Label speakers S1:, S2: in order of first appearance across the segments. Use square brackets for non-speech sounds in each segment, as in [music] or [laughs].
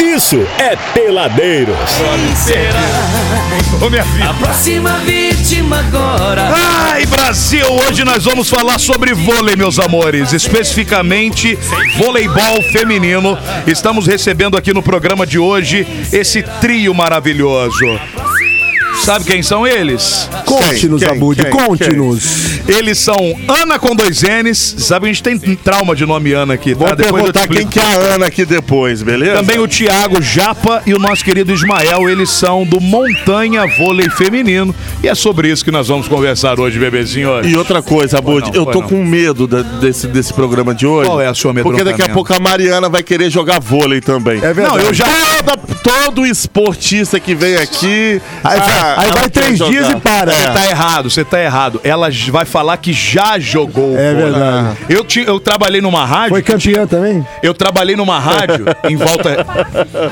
S1: isso é Peladeiros.
S2: Ô, minha filha.
S3: A próxima vítima agora.
S2: Ai, Brasil, hoje nós vamos falar sobre vôlei, meus amores, especificamente voleibol feminino. Estamos recebendo aqui no programa de hoje esse trio maravilhoso. Sabe quem são eles?
S4: Conte-nos,
S2: Quem?
S4: Abud,
S2: Quem?
S4: conte-nos.
S2: Eles são Ana com dois N's. Sabe, a gente tem trauma de nome Ana aqui, tá?
S5: Vou perguntar
S2: explico.
S5: quem que é a Ana aqui depois, beleza?
S2: Também o Thiago Japa e o nosso querido Ismael, eles são do Montanha Vôlei Feminino. E é sobre isso que nós vamos conversar hoje, bebezinho.
S5: E outra coisa, Abud,
S2: não,
S5: eu
S2: foi
S5: tô
S2: não.
S5: com medo da- desse, desse programa de hoje.
S2: Qual é a sua
S5: Porque daqui a
S2: amedrontamento?
S5: pouco a Mariana vai querer jogar vôlei também. É
S2: Não, eu já.
S5: Toda, todo esportista que vem aqui. Aí,
S2: tá-
S4: vai- aí vai três dias e para.
S5: né?
S2: Você tá errado, você tá errado. Ela j- vai falar que já jogou.
S4: É
S2: vôlei.
S4: verdade.
S2: Eu, ti- eu trabalhei numa rádio.
S4: Foi campeã também?
S2: Eu trabalhei numa rádio em volta.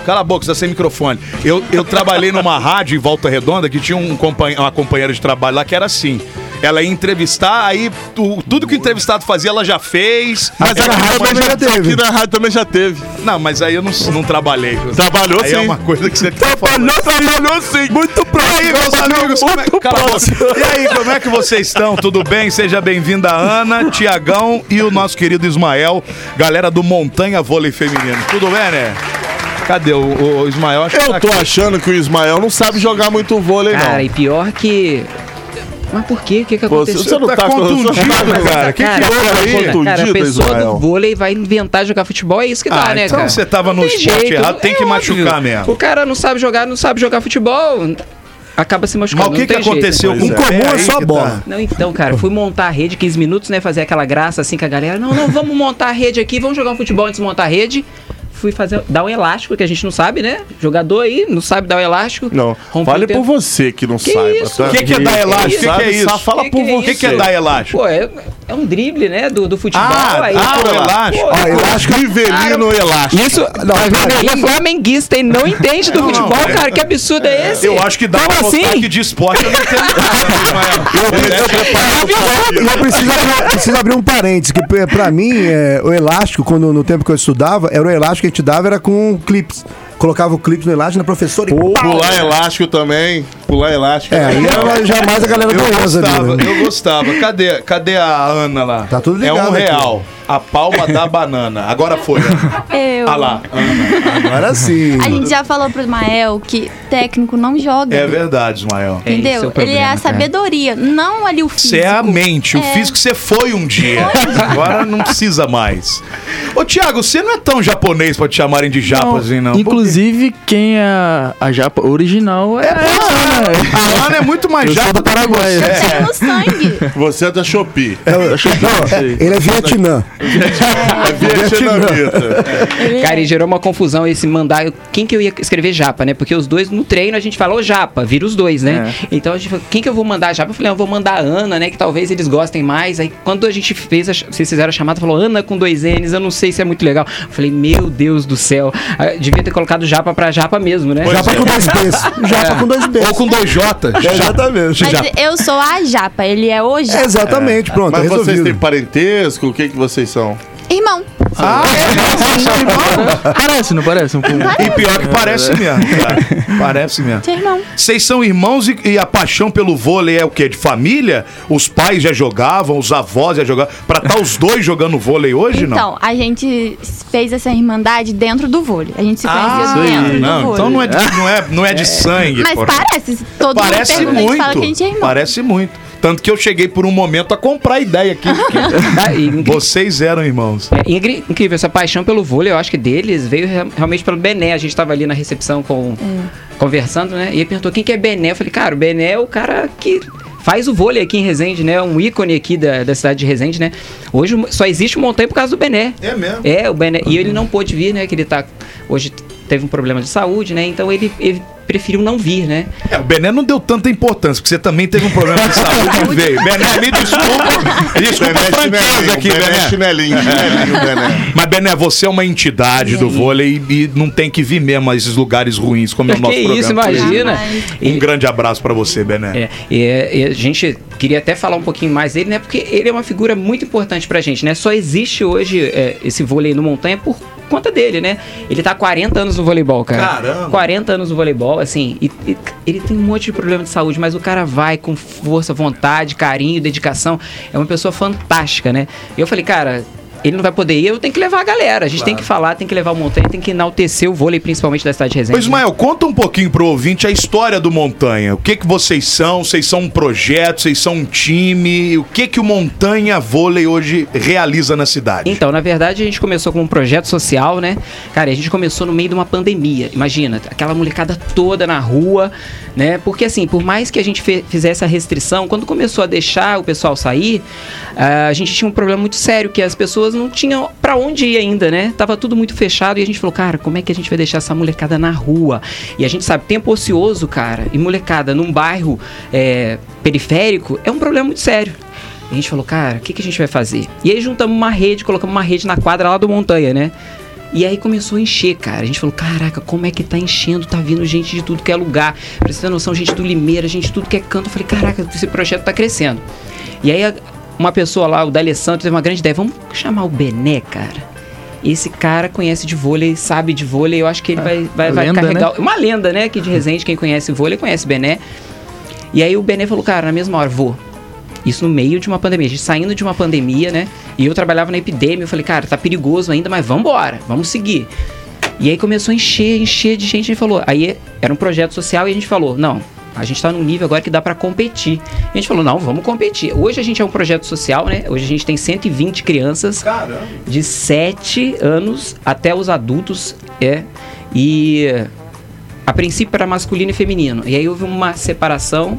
S2: Cala a boca, você tá sem microfone. Eu, eu trabalhei numa rádio em volta redonda que tinha um compan- uma companheira de trabalho lá que era assim. Ela ia entrevistar, aí tu- tudo que o entrevistado fazia ela já fez.
S4: Mas
S2: Ela-
S4: era rádio
S2: mas-
S4: também já teve.
S5: Aqui na rádio também já teve.
S2: Não, mas aí eu não, não trabalhei.
S5: Trabalhou
S2: aí
S5: sim.
S2: é uma coisa que você tá falando.
S5: Trabalhou, trabalhou sim. Muito
S2: E aí, meus amigos, como é... Cala a boca. e aí, como é que vocês estão? Tudo bem? Seja bem-vinda Ana, Tiagão e o nosso querido Ismael, galera do Montanha Vôlei Feminino. Tudo bem, né? Cadê o, o- o Ismael? Acho tá
S5: Eu tô achando que o Ismael não sabe jogar muito vôlei,
S3: Cara,
S5: não.
S3: e pior que. Mas por quê? O que, que
S5: Você, você
S3: aconteceu?
S5: não tá,
S2: Tá
S5: contundido,
S2: contundido,
S5: cara. O que, que houve aí?
S3: Cara, cara, a
S5: Contundido,
S3: pessoa do
S5: Ismael.
S3: vôlei vai inventar jogar futebol, é isso que dá,
S2: Ah,
S3: né,
S2: então
S3: cara?
S2: você tava
S3: Não
S2: no
S3: tem
S2: esporte errado, tem que
S3: é
S2: machucar mesmo.
S3: O cara não sabe jogar, não sabe jogar futebol, acaba se
S2: Mas
S3: machucando.
S2: o
S3: não
S2: que, que
S3: tem jeito,
S2: aconteceu Um
S5: né?
S2: com
S4: O comum é
S2: aí
S4: só
S2: que
S4: a bola.
S3: Não, então, cara, fui montar a rede, 15 minutos, né? Fazer aquela graça assim com a galera. Não, não, vamos montar a rede aqui, vamos jogar um futebol antes de montar a rede. Fui fazer, dar um elástico, que a gente não sabe, né? Jogador aí não sabe dar o elástico.
S5: Não,
S3: Rompi
S5: fale
S3: o
S5: por
S3: tempo.
S5: você que não
S3: Que
S5: saiba.
S3: isso?
S5: tá?
S2: O que, que é dar elástico? O que, que é
S5: Sabe,
S2: isso?
S5: só fala
S3: Que
S5: por
S3: que é
S5: você.
S2: O que, que é dar elástico?
S3: Pô, é, é um drible, né? Do, do futebol.
S2: Ah,
S3: aí,
S2: ah,
S3: pô,
S2: o elástico.
S3: pô,
S4: Ah, elástico é
S5: Nivelino elástico.
S3: Isso, não, quem é flamenguista e não entende do futebol,
S2: não, é-
S3: cara, que absurdo é esse?
S2: Eu acho que dá
S3: Como
S2: pra mostrar
S3: assim?
S2: que de esporte eu não entendo nada, Ismael.
S3: Tá
S4: E eu preciso, abrir- preciso abrir um parênteses, que pra- pra mim, é, o elástico, quando no tempo que eu estudava, era o elástico que a gente dava, era com clips. Colocava o clipe no elástico, na professora e pau!
S5: Pular elástico também. Pular elástico.
S4: É, aí era jamais a galera
S2: Eu
S4: ganhosa,
S2: gostava,
S4: né?
S2: eu gostava. Cadê, cadê a Ana lá?
S4: Tá tudo ligado
S2: É um
S4: aqui.
S2: real. A palma da banana. Agora
S6: [laughs]
S2: foi. Ana.
S6: Eu.
S2: Ah lá, Ana.
S4: Agora sim.
S6: A gente já falou pro Ismael que técnico não joga.
S2: É verdade, Ismael.
S3: É, esse é o
S6: Entendeu? Ele
S3: problema,
S6: é a
S3: cara.
S6: sabedoria, não ali o físico.
S2: Você é a mente, o
S6: É.
S2: físico você foi um dia. Agora não precisa mais. Ô, Thiago, você não é tão japonês pra te chamarem de japa assim, não.
S7: Inclusive, quem é a, a japa original é, a Ana.
S2: A Ana é muito mais
S7: Eu sou
S2: japa
S7: do
S2: que
S7: Paraguai.
S2: você.
S6: Eu tenho no Tá
S2: [laughs]
S6: sangue.
S5: Você é da Shopee.
S4: É, não, é- ele é Vietnã.
S5: É vietnamita.
S6: Ele
S3: Cara,
S6: é.
S3: e gerou uma confusão esse mandar. eu- Quem que eu ia escrever japa, né? Porque os dois no treino a gente fala, ô japa, vira os dois, né? Então a gente falou, quem que eu vou mandar japa? Eu falei, ah, eu vou mandar a Ana, né? Que talvez eles gostem mais. Aí quando a gente fez, a, ch- vocês fizeram a chamada, falou Ana com dois N's, eu não sei se é muito legal. Eu falei, meu Deus do céu. Ah, Devia ter colocado japa pra japa mesmo, [laughs] né?
S4: Japa com dois Bs. Japa com dois Bs.
S2: Ou com dois J.
S4: Tá Exatamente.
S6: Mas
S8: é-
S6: eu sou a japa, ele é o japa.
S4: Exatamente, pronto,
S5: Mas vocês têm
S4: resolvido.
S5: parentesco? O que, que vocês são?
S6: Irmão,
S7: Parece, não parece? Um pouco.
S2: E pior que
S4: É.
S2: parece mesmo, cara. Parece mesmo.
S6: você é irmão.
S2: Vocês são irmãos e, e a paixão pelo vôlei é o quê? De família? Os pais já jogavam, os avós já jogavam. Pra estar os dois jogando vôlei hoje, não?
S6: Então, a gente fez essa irmandade dentro do vôlei. A gente se conheceu dentro do
S2: Ah, não,
S6: vôlei.
S2: então não é de, não é, não é de sangue.
S6: Mas
S2: porra.
S6: parece, todo
S2: Parece
S6: mundo pergunta e fala que a
S2: muito.
S6: gente é irmão.
S2: Parece muito. Tanto que eu cheguei por um momento a comprar a ideia aqui.
S3: Tá? E incri-
S2: [laughs] Vocês eram irmãos.
S3: É, incri- incrível, essa paixão pelo vôlei, eu acho que deles veio rea- realmente pelo Bené. A gente tava ali na recepção com, conversando, né? E ele perguntou quem que é Bené. Eu falei, cara, o Bené é o cara que faz o vôlei aqui em Resende, né? Um ícone aqui da, da cidade de Resende, né? Hoje o- só existe o Montanha por causa do Bené.
S2: É mesmo?
S3: É, o Bené. E ele não pôde vir, né? Que ele tá. Hoje t- teve um problema de saúde, né? Então ele. ele preferiu não vir, né?
S2: É, o Bené não deu tanta importância, porque você também teve um problema
S6: [laughs]
S2: de saúde que veio. Bené, me desculpa. Desculpa a franqueza aqui,
S5: Bené
S2: Bené.
S5: chinelinho,
S4: [laughs]
S5: chinelinho, Bené.
S2: Mas, Bené, você é uma entidade do vôlei e, e não tem que vir mesmo a esses lugares ruins, como é
S3: [laughs]
S2: o
S3: que
S2: nosso programa.
S3: isso,
S2: por exemplo.
S3: imagina.
S6: Jamais.
S2: Um grande abraço pra você, Bené.
S3: É, e, é, e a gente queria até falar um pouquinho mais dele, né? Porque ele é uma figura muito importante pra gente, né? Só existe hoje é, esse vôlei no montanha por conta dele, né? Ele tá há 40 anos no voleibol, cara.
S8: Caramba.
S3: 40 anos no voleibol, assim. E, e ele tem um monte de problema de saúde, mas o cara vai com força, vontade, carinho, dedicação. É uma pessoa fantástica, né? E eu falei, cara. Ele não vai poder ir, eu tenho que levar a galera. A gente tem que falar, tem que levar o Montanha, tem que enaltecer o vôlei, principalmente da cidade de Resende.
S2: Ô Ismael, conta um pouquinho pro ouvinte a história do Montanha. O que que vocês são? Vocês são um projeto? Vocês são um time? O que que o Montanha Vôlei hoje realiza na cidade?
S3: Então, na verdade, a gente começou com um projeto social, né? Cara, a gente começou no meio de uma pandemia. Imagina, aquela molecada toda na rua, né? Porque assim, por mais que a gente fe- fizesse a restrição, quando começou a deixar o pessoal sair, ah, a gente tinha um problema muito sério que as pessoas não tinham pra onde ir ainda, né? Tava tudo muito fechado e a gente falou, cara, como é que a gente vai deixar essa molecada na rua? E a gente sabe, tempo ocioso, cara, e molecada num bairro é, periférico é um problema muito sério. E a gente falou, cara, o que, que a gente vai fazer? E aí juntamos uma rede, colocamos uma rede na quadra lá do Montanha, né? E aí começou a encher, cara. A gente falou, caraca, como é que tá enchendo? Tá vindo gente de tudo que é lugar. Pra você ter noção, gente do Limeira, gente de tudo que é canto. Eu falei, caraca, esse projeto tá crescendo. E aí a- uma pessoa lá, o D'Alessandro, teve uma grande ideia. Vamos chamar o Bené, cara. Esse cara conhece de vôlei, sabe de vôlei. Eu acho que ele vai, vai, vai
S7: Ah, lenda,
S3: carregar...
S7: né?
S3: Uma lenda, né? Aqui de Resende, quem conhece vôlei conhece Bené. E aí o Benê falou, cara, na mesma hora, vou. Isso no meio de uma pandemia, a gente saindo de uma pandemia, né? E eu trabalhava na epidemia, eu falei, cara, tá perigoso ainda, mas vambora, vamos seguir. E aí começou a encher, encher de gente, a gente falou, aí era um projeto social e a gente falou, não, a gente tá num nível agora que dá pra competir. E a gente falou, não, vamos competir. Hoje a gente é um projeto social, né? Hoje a gente tem 120 crianças de 7 anos até os adultos, é. E a princípio era masculino e feminino. E aí houve uma separação,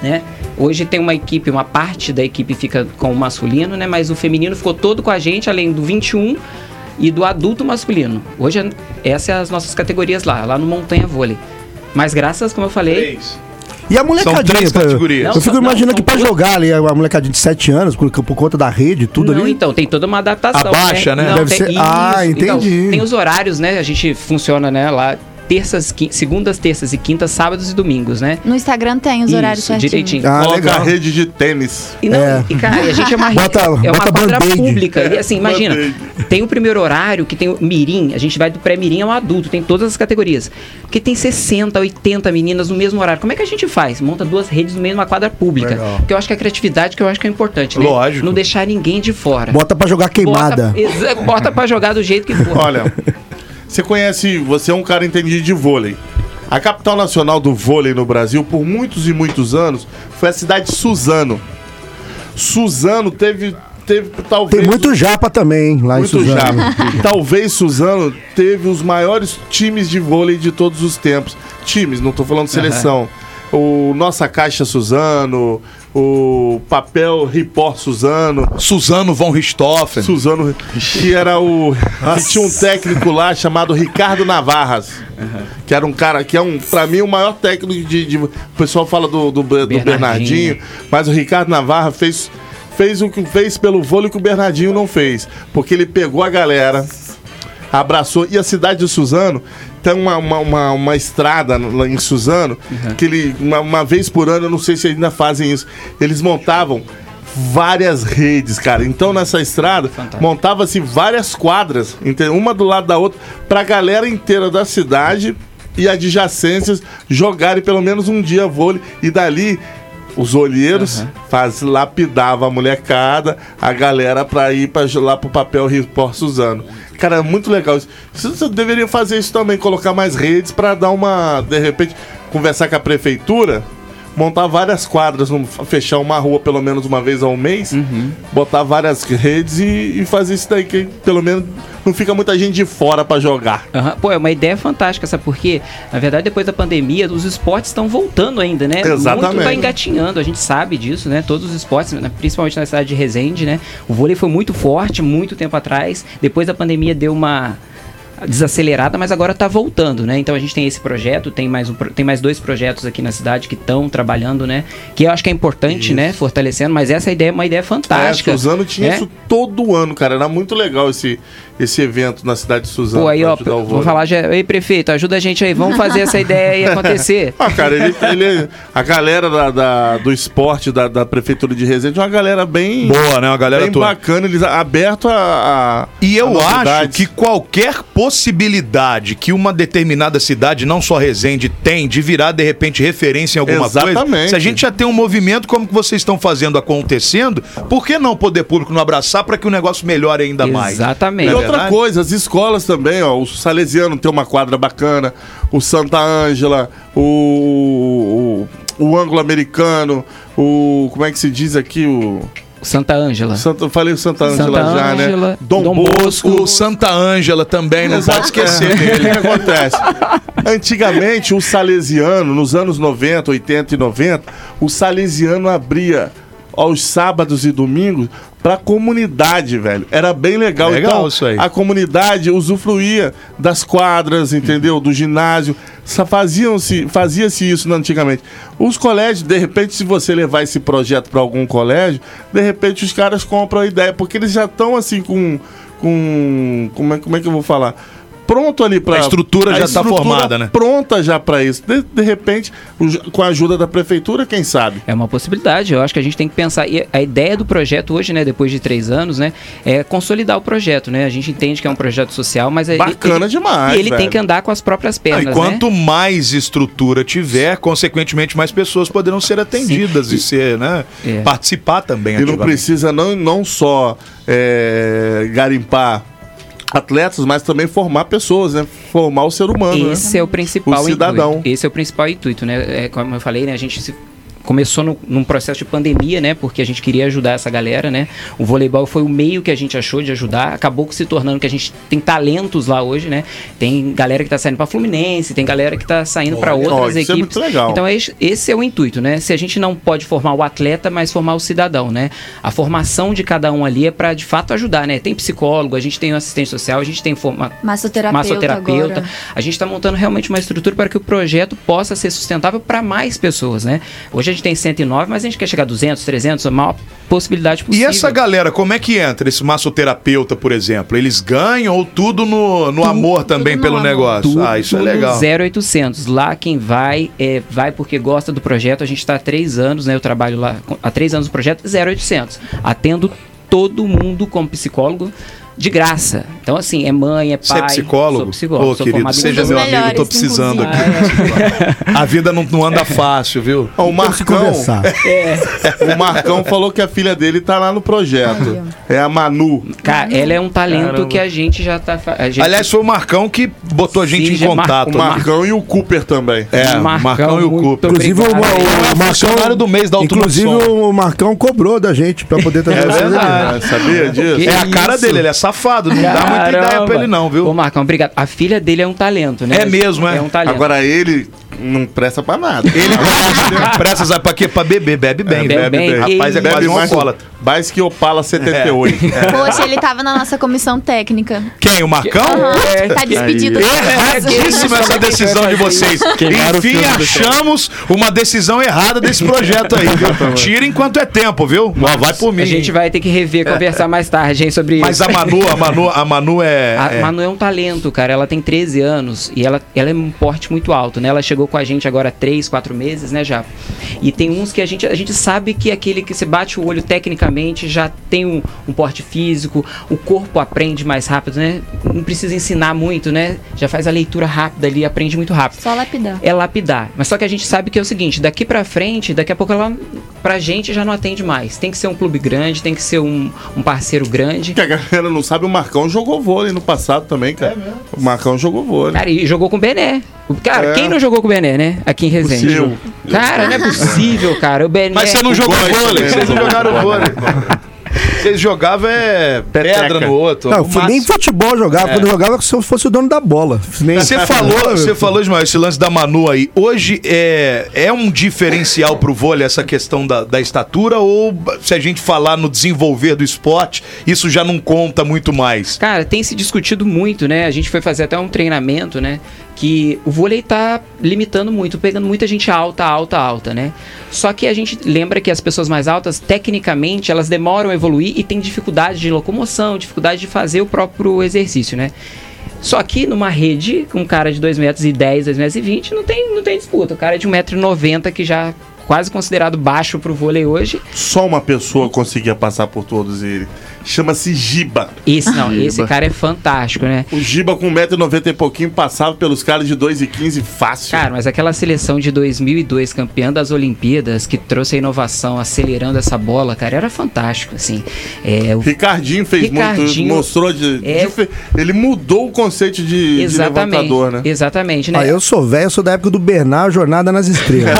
S3: né? Hoje tem uma equipe, uma parte da equipe fica com o masculino, né? Mas o feminino ficou todo com a gente, além do 21 e do adulto masculino. Hoje, é- essas são as nossas categorias lá, lá no Montanha Vôlei. Mas graças, como eu falei,
S4: E a molecadinha?
S2: três
S4: pô, eu-
S2: categorias.
S4: Eu fico
S3: Não, são-
S4: imaginando
S3: não,
S4: que
S3: são
S4: pra
S3: duas.
S4: jogar ali, a molecadinha de 7 anos, por, por conta da rede e tudo
S3: não,
S4: ali.
S3: então, tem toda uma adaptação.
S2: Abaixa, né?
S3: Não,
S4: Deve
S3: tem-
S4: ser- Ah,
S3: Então,
S4: entendi.
S3: tem os horários, né? A gente funciona, né, lá terças, quin- segundas, terças e quintas, sábados e domingos, né?
S6: No Instagram tem os horários
S3: Isso,
S6: certinhos.
S3: direitinho.
S4: Ah,
S5: Coloca
S4: legal.
S5: a rede de tênis.
S3: E, não,
S4: É.
S3: e, cara, e a gente é uma,
S4: Bota-
S3: é uma
S4: bota
S3: quadra
S4: band-aid.
S3: pública. E assim, imagina,
S5: band-aid.
S3: tem o primeiro horário que tem o mirim, a gente vai do pré-mirim ao adulto, tem todas as categorias. Porque tem 60, 80 meninas no mesmo horário. Como é que a gente faz? Monta duas redes no mesmo uma quadra pública. Que eu acho que é a criatividade que eu acho que é importante, né?
S2: Lógico.
S3: Não deixar ninguém de fora.
S4: Bota pra jogar queimada.
S3: Bota, exa- bota pra jogar do jeito que for.
S5: Olha, você conhece, você é um cara entendido de vôlei. A capital nacional do vôlei no Brasil, por muitos e muitos anos, foi a cidade de Suzano. Suzano teve, teve talvez...
S4: Tem muito japa também, hein, lá em
S5: Muito
S4: Suzano.
S5: já.
S4: [laughs]
S5: Talvez Suzano teve os maiores times de vôlei de todos os tempos. Times, não tô falando seleção. O Nossa Caixa Suzano, o Papel Ripor Suzano,
S2: Suzano von Richthofen.
S5: Suzano, que era o. Que tinha um técnico lá chamado Ricardo Navarras. Que era um cara que é um, pra mim, o maior técnico de. de- o pessoal fala do, do, do Bernardinho.
S3: Bernardinho,
S5: mas o Ricardo Navarra fez, fez o que fez pelo vôlei que o Bernardinho não fez. Porque ele pegou a galera, abraçou. E a cidade de Suzano tem uma, uma, uma, uma estrada lá em Suzano, que ele, uma, uma vez por ano, eu não sei se ainda fazem isso, eles montavam várias redes, cara. Então nessa estrada montava-se várias quadras, ente- uma do lado da outra, pra galera inteira da cidade e adjacências jogarem pelo menos um dia vôlei e dali os olheiros faz, lapidava a molecada, a galera pra ir pra, lá pro papel Report Suzano. Cara, é muito legal isso. Você, você deveria fazer isso também, colocar mais redes pra dar uma. De repente, conversar com a prefeitura, montar várias quadras, num- fechar uma rua pelo menos uma vez ao mês, botar várias redes e, e fazer isso daí, que pelo menos não fica muita gente de fora pra jogar.
S3: Aham. Pô, é uma ideia fantástica, sabe por quê? Na verdade, depois da pandemia, os esportes estão voltando ainda, né?
S5: Exatamente.
S3: Muito tá engatinhando, a gente sabe disso, né? Todos os esportes, né, principalmente na cidade de Resende, né? O vôlei foi muito forte muito tempo atrás. Depois da pandemia deu uma desacelerada, mas agora tá voltando, né? Então a gente tem esse projeto, tem mais, um, pro- tem mais dois projetos aqui na cidade que estão trabalhando, né? Que eu acho que é importante, né? Fortalecendo, mas essa ideia é uma ideia fantástica.
S5: É, Suzano tinha
S3: né?
S5: isso todo ano, cara. Era muito legal esse, esse evento na cidade de Suzano.
S3: Pô, aí,
S5: pra
S3: ó,
S5: ajudar o
S3: vou
S5: vôlei.
S3: falar já. Ei, prefeito, ajuda a gente aí. Vamos fazer essa ideia acontecer.
S5: Ah, cara, ele, ele- a galera da- da- do esporte da, da prefeitura de Resende é uma galera bem,
S2: Boa, né? Uma galera
S5: bem
S2: toda.
S5: bacana, eles a- aberto a, a-
S2: E eu
S5: a
S2: acho
S5: novidades.
S2: que qualquer possibilidade que uma determinada cidade, não só Resende, tem de virar de repente referência em alguma coisa,
S5: Exatamente.
S2: se a gente já tem um movimento como que vocês estão fazendo acontecendo, por que não o poder público não abraçar para que o negócio melhore ainda mais?
S3: Exatamente.
S5: E
S2: Não é
S5: outra
S2: verdade?
S5: coisa, as escolas também, ó. O Salesiano tem uma quadra bacana, o Santa Ângela, o, o, o Anglo-Americano, o. Como é que se diz aqui? O.
S3: [laughs] Santa Ângela.
S5: Santa, eu falei o Santa Ângela
S3: Santa
S5: já, né?
S3: Ângela,
S5: Dom,
S3: Dom
S5: Bosco.
S2: O Santa Ângela também, não pode
S3: É.
S2: esquecer
S5: dele.
S2: dele.
S5: O que acontece? Antigamente, o salesiano, nos anos 90, 80 e 90, o salesiano abria aos sábados e domingos pra comunidade, velho. Era bem legal.
S2: Legal
S5: então,
S2: isso aí.
S5: a comunidade usufruía das quadras, entendeu? Do ginásio. Sa- Faziam-se, fazia-se isso antigamente. Os colégios, de repente, se você levar esse projeto pra algum colégio, de repente os caras compram a ideia, porque eles já estão assim com. com como, é, como é que eu vou falar? Pronto ali pra.
S2: A estrutura já tá
S5: estrutura
S2: formada, né?
S5: Pronta já pra isso. De, de repente, o ju- com a ajuda da prefeitura, quem sabe?
S3: É uma possibilidade, eu acho que a gente tem que pensar. E a ideia do projeto hoje, né, depois de três anos, né, é consolidar o projeto, né? A gente entende que é um projeto social, mas ele-
S5: Bacana
S3: ele,
S5: demais,
S3: E ele tem
S5: velho.
S3: que andar com as próprias
S2: Não,
S3: pernas,
S2: e
S3: né?
S2: quanto mais estrutura tiver, consequentemente mais pessoas poderão ser atendidas e ser, né?
S3: É.
S2: Participar
S5: E
S2: também.
S5: não
S2: ativamente.
S5: precisa não, não só é, garimpar atletas, mas também formar pessoas, né? Formar o ser humano.
S3: Esse
S5: né?
S3: é o principal
S5: O cidadão.
S3: intuito. Esse é o principal intuito, né? É, como eu falei, né? A gente se- começou no- num processo de pandemia, né? Porque a gente queria ajudar essa galera, né? O voleibol foi o meio que a gente achou de ajudar. Acabou se tornando que a gente tem talentos lá hoje, né? Tem galera que tá saindo pra Fluminense, tem galera que tá saindo pra
S5: Olha,
S3: outras
S5: isso é
S3: equipes.
S5: muito legal.
S3: Então é es- esse é o intuito, né? Se a gente não pode formar o atleta, mas formar o cidadão, né? A formação de cada um ali é pra de fato ajudar, né? Tem psicólogo, a gente tem um assistente social, a gente tem forma
S8: Massoterapeuta,
S3: massoterapeuta.
S8: agora.
S3: A gente está montando realmente uma estrutura para que o projeto possa ser sustentável para mais pessoas, né? Hoje a gente tem 109, mas a gente quer chegar a 200, 300, a maior possibilidade
S2: E
S3: possível.
S2: essa galera, como é que entra? Esse massoterapeuta, por exemplo, eles ganham ou tudo no, no amor também
S6: no
S2: pelo
S6: amor.
S2: negócio?
S3: tudo
S2: ah, isso é legal.
S3: no 0800. Lá quem vai, é, vai porque gosta do projeto. A gente está há três anos, né? Eu trabalho lá com- há três anos no projeto 0800. Atendo todo mundo como psicólogo de graça. Então, assim, é mãe, é pai.
S2: Você é psicólogo?
S3: Sou psicólogo.
S2: Ô,
S3: sou
S2: querido,
S3: formado em
S2: seja
S8: Um dos
S2: meu amigo, eu tô
S8: melhores,
S2: precisando aqui.
S8: inclusive.
S2: A vida não,
S3: [laughs]
S2: não
S3: É.
S2: anda fácil, viu?
S3: um
S5: Ó, o
S4: Vamos
S5: Marcão,
S4: conversar.
S5: [laughs] o Marcão falou que a filha dele tá lá no projeto. É a Manu.
S3: Cara, ela é um talento
S7: Caramba.
S3: que a gente já tá. fa- A gente
S2: Aliás, foi o Marcão que botou a gente
S3: Sim,
S2: em
S3: já é
S2: contato. né?
S5: O
S3: Marco-
S2: Mar-
S5: Marcão e o Cooper também.
S2: É, Marcão,
S3: Marcão,
S2: e o
S3: muito
S2: Cooper.
S4: Inclusive, o,
S3: Obrigado.
S4: o, o Marcão.
S2: é funcionário do mês da Auto
S4: inclusive,
S2: Maxon.
S4: o Marcão cobrou da gente pra poder
S2: [laughs]
S4: trazer
S2: É
S4: vocês aqui.
S2: verdade.
S5: Ah, sabia disso?
S2: É a cara
S3: isso?
S2: dele, ele é safado. Não dá muita
S3: Caramba.
S2: ideia pra ele, não,
S3: Ô,
S2: viu?
S3: Marcão, obrigado. A filha dele é um talento, né?
S2: É mesmo, é.
S3: É um talento.
S5: Agora ele não presta pra nada.
S2: Ele [laughs] pressa, sabe pra quê? Pra beber, bebe bem.
S3: bebe É bem.
S2: Rapaz, é
S3: Bebe
S2: quase um
S5: mais,
S2: alcoólatra.
S5: mais que Opala 78.
S2: É.
S6: Poxa, ele tava na nossa comissão
S2: [laughs]
S6: técnica.
S2: Quem, o Marcão?
S6: Aham, Tá despedido.
S2: É. Erradíssima essa decisão de vocês.
S7: Queimaram o
S2: Enfim,
S7: filme do
S2: achamos uma decisão errada desse projeto aí. viu? Tira enquanto é tempo, viu? Mas vai por mim.
S3: A gente
S2: hein?
S3: vai ter que rever, conversar mais tarde, hein, sobre
S2: É. Mas
S3: isso.
S2: a Manu, a Manu, a Manu é.
S3: [laughs] A
S2: é-
S3: Manu é um talento, cara. Ela tem 13 anos e ela, ela é um porte muito alto, né? Ela chegou com a gente agora há 3, 4 meses, né, já. E tem uns que a gente, a gente sabe que é aquele que você bate o olho tecnicamente já tem um, um porte físico, o corpo aprende mais rápido, né? Não precisa ensinar muito, né? Já faz a leitura rápida ali, aprende muito rápido.
S8: Só
S2: Tá
S8: lapidar.
S3: é lapidar. Mas só que a gente sabe que é o seguinte, daqui pra frente, daqui a pouco ela pra gente já não atende mais. Tem que ser um clube grande, tem que ser um, um parceiro
S5: [laughs]
S3: grande.
S5: que a galera não sabe, o Marcão jogou vôlei no passado também,
S2: É
S5: cara. o Marcão jogou vôlei.
S3: Cara, e jogou com o Bené. O- Cara,
S5: É.
S3: quem não jogou com o Bené, né? Aqui em Resende.
S5: Possível.
S3: Cara, não é possível, cara. O Bené.
S2: Mas você não jogou
S5: gosto
S2: vôlei,
S3: né?
S5: também,
S2: vocês
S5: não
S2: não
S3: [laughs]
S2: jogaram
S5: gosto.
S2: vôlei. Vocês jogavam é pedra
S5: Peteca.
S2: no outro.
S4: Não,
S2: no
S4: fui- nem
S2: máximo.
S4: futebol eu
S2: É.
S4: jogava. Quando eu jogava, se eu fosse o dono da bola. Nem- [laughs]
S2: Você falou, você falou, Ismael, esse lance da Manu aí. Hoje é, é um diferencial pro vôlei essa questão da, da estatura ou se a gente falar no desenvolver do esporte, isso já não conta muito mais?
S3: Cara, tem se discutido muito, né? A gente foi fazer até um treinamento, né? Que o vôlei tá limitando muito, pegando muita gente alta, alta, alta, né? Só que a gente lembra que as pessoas mais altas, tecnicamente, elas demoram a evoluir e tem dificuldade de locomoção, dificuldade de fazer o próprio exercício, né? Só que numa rede, um cara de 2,10 metros, 2,20 metros, não tem, não tem disputa. O cara é de 1,90m que já é quase considerado baixo pro vôlei hoje.
S5: Só uma pessoa conseguia passar por todos ele. Chama-se Giba.
S3: Esse não, esse cara é fantástico, né?
S5: O Giba com 1,90m e pouquinho passava pelos caras de 2,15 fácil.
S3: Cara, mas aquela seleção de 2002, campeã das Olimpíadas, que trouxe a inovação acelerando essa bola, cara, era fantástico, assim. É, o
S5: Ricardinho fez
S3: Ricardinho-
S5: muito, mostrou de,
S3: É.
S5: de- ele mudou o conceito de, de
S3: exatamente,
S5: levantador, né?
S3: exatamente, né?
S4: Ah, eu sou velho, eu sou da época do Bernard Jornada nas Estrelas.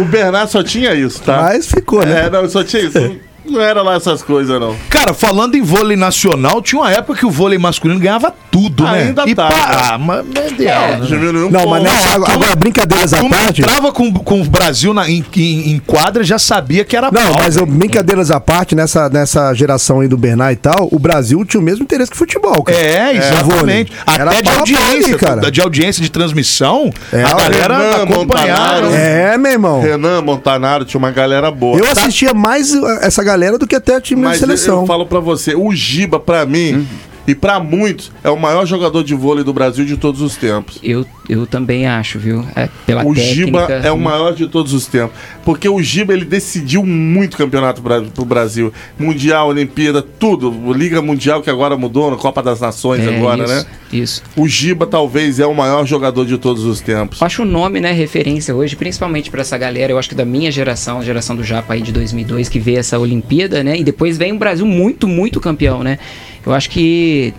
S5: O Bernard só tinha isso, tá?
S4: Mas ficou, né?
S5: É, não, só tinha
S4: [laughs]
S5: isso. Não era lá essas coisas, não.
S2: Cara, falando em vôlei nacional, tinha uma época que o vôlei masculino ganhava tudo, né?
S5: Ainda
S2: e
S5: tá,
S2: pá,
S5: né?
S2: ah, mas meu Deus.
S3: É.
S2: né?
S5: Diminuiu um
S4: Não, mas
S5: pouco.
S4: nessa, agora, agora, brincadeiras É. à
S2: Como
S4: parte.
S2: entrava com, com o Brasil na- em, em, em quadra, já sabia que era
S4: Não,
S2: pau.
S4: mas eu, brincadeiras à parte, nessa, nessa geração aí do Bernard e tal, o Brasil tinha o mesmo interesse que o futebol, cara.
S2: É, exatamente.
S4: vôlei. Era
S2: Até de
S4: pau a pau
S2: audiência,
S4: ali, cara.
S2: de audiência de transmissão,
S4: É,
S2: a
S4: o
S2: galera
S5: Renan
S2: acompanhava.
S5: Montanaro.
S4: É, meu irmão.
S5: Renan Montanaro tinha uma galera boa.
S4: Eu assim,
S5: Tá?
S4: assistia mais uh, essa galera do que até o time
S5: Mas
S4: da seleção.
S5: eu falo pra você, o Giba, pra mim,
S3: Uhum.
S5: e pra muitos, é o maior jogador de vôlei do Brasil de todos os tempos.
S3: Eu, eu também acho, viu? É, pela
S5: O
S3: técnica.
S5: Giba é o maior de todos os tempos. Porque o Giba, ele decidiu muito campeonato pra, pro Brasil. Mundial, Olimpíada, tudo. Liga Mundial, que agora mudou, na Copa das Nações
S3: É,
S5: agora,
S3: isso,
S5: né?
S3: Isso.
S5: O Giba talvez é o maior jogador de todos os tempos.
S3: Eu acho o nome, né, referência hoje, principalmente pra essa galera, eu acho que da minha geração, a geração do Japa aí de 2002, que vê essa Olimpíada, né, e depois vem o Brasil muito, muito campeão, né. Eu acho que